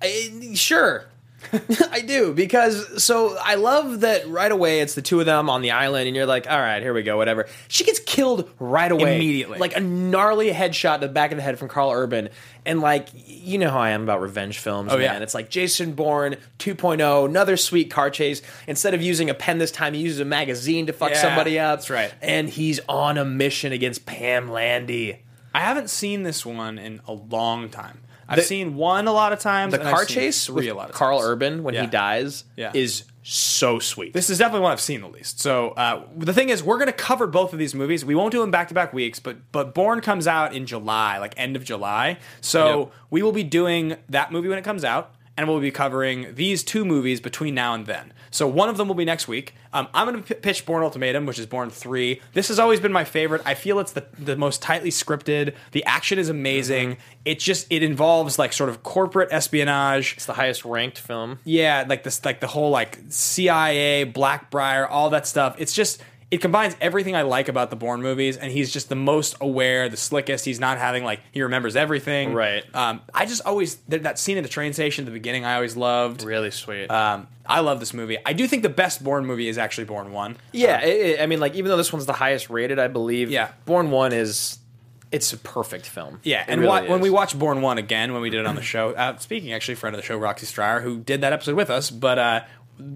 Speaker 3: Eh, sure. I do because so I love that right away it's the two of them on the island and you're like all right here we go whatever she gets killed right away
Speaker 1: Immediately.
Speaker 3: like a gnarly headshot to the back of the head from Carl Urban and like you know how I am about revenge films
Speaker 1: Oh,
Speaker 3: man
Speaker 1: yeah.
Speaker 3: it's like Jason Bourne 2.0 another sweet car chase instead of using a pen this time he uses a magazine to fuck
Speaker 1: Yeah,
Speaker 3: somebody up
Speaker 1: that's right.
Speaker 3: and he's on a mission against Pam Landy
Speaker 1: I haven't seen this one in a long time. I've seen one a lot of times.
Speaker 3: the
Speaker 1: and
Speaker 3: car
Speaker 1: I've seen
Speaker 3: chase
Speaker 1: three
Speaker 3: with
Speaker 1: a lot of
Speaker 3: Carl
Speaker 1: times.
Speaker 3: Urban when
Speaker 1: Yeah.
Speaker 3: he dies
Speaker 1: Yeah.
Speaker 3: is so sweet
Speaker 1: This is definitely one I've seen the least. So uh, the thing is, we're going to cover both of these movies. We won't do them back to back weeks, but but Born comes out in July, like end of July. So
Speaker 3: Yep.
Speaker 1: we will be doing that movie when it comes out, and we'll be covering these two movies between now and then. So one of them will be next week. Um, I'm going to p- pitch Born Ultimatum, which is Born Three. This has always been my favorite. I feel it's the the most tightly scripted. The action is amazing. It just it involves like sort of corporate espionage.
Speaker 3: It's the highest ranked film.
Speaker 1: Yeah, like this, like the whole like CIA, Blackbriar, all that stuff. It's just it combines everything I like about the Bourne movies, and he's just the most aware, the slickest. He's not having like he remembers everything.
Speaker 3: Right.
Speaker 1: Um, I just always th- that scene at the train station at the beginning. I always loved.
Speaker 3: Really sweet.
Speaker 1: Um, I love this movie. I do think the best Bourne movie is actually Bourne One.
Speaker 3: yeah, it, it- I mean, like even though this one's the highest rated, I believe.
Speaker 1: Yeah.
Speaker 3: Born One is it's a perfect film.
Speaker 1: Yeah,
Speaker 3: It
Speaker 1: and
Speaker 3: really
Speaker 1: wa- when
Speaker 3: is.
Speaker 1: we watched Born One again, when we did it on the show, uh, speaking actually, friend of the show, Roxy Stryer, who did that episode with us, but uh,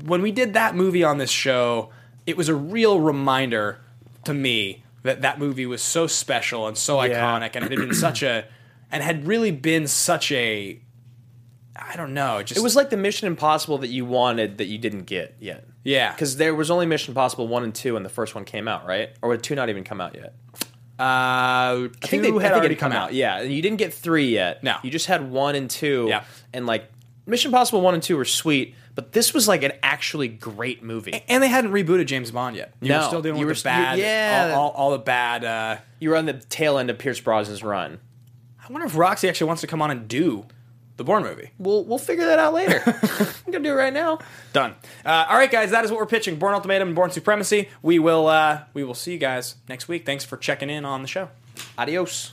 Speaker 1: when we did that movie on this show, it was a real reminder to me that that movie was so special and so
Speaker 3: Yeah.
Speaker 1: iconic, and it had been such a, and had really been such a, I don't know, just
Speaker 3: it was like the Mission Impossible that you wanted that you didn't get yet.
Speaker 1: yeah,
Speaker 3: Because there was only Mission Impossible one and two, and the first one came out, right? Or would two not even come out yet?
Speaker 1: Uh, two
Speaker 3: I think they I
Speaker 1: had
Speaker 3: think
Speaker 1: already
Speaker 3: it'd come out. Yeah, and you didn't get three yet.
Speaker 1: No.
Speaker 3: you just had one and two.
Speaker 1: Yeah.
Speaker 3: and like Mission Impossible one and two were sweet, but this was like an actually great movie.
Speaker 1: And they hadn't rebooted James Bond yet. You were
Speaker 3: No,
Speaker 1: still dealing
Speaker 3: you
Speaker 1: with
Speaker 3: were
Speaker 1: the bad,
Speaker 3: st- yeah.
Speaker 1: all, all, all the bad. Uh,
Speaker 3: you were on the tail end of Pierce Brosnan's run.
Speaker 1: I wonder if Roxy actually wants to come on and do the Bourne movie.
Speaker 3: We'll we'll figure that out later. I'm gonna do it right now.
Speaker 1: Done. Uh, all right, guys, that is what we're pitching: Born Ultimatum and Born Supremacy. We will uh, we will see you guys next week. Thanks for checking in on the show.
Speaker 3: Adios.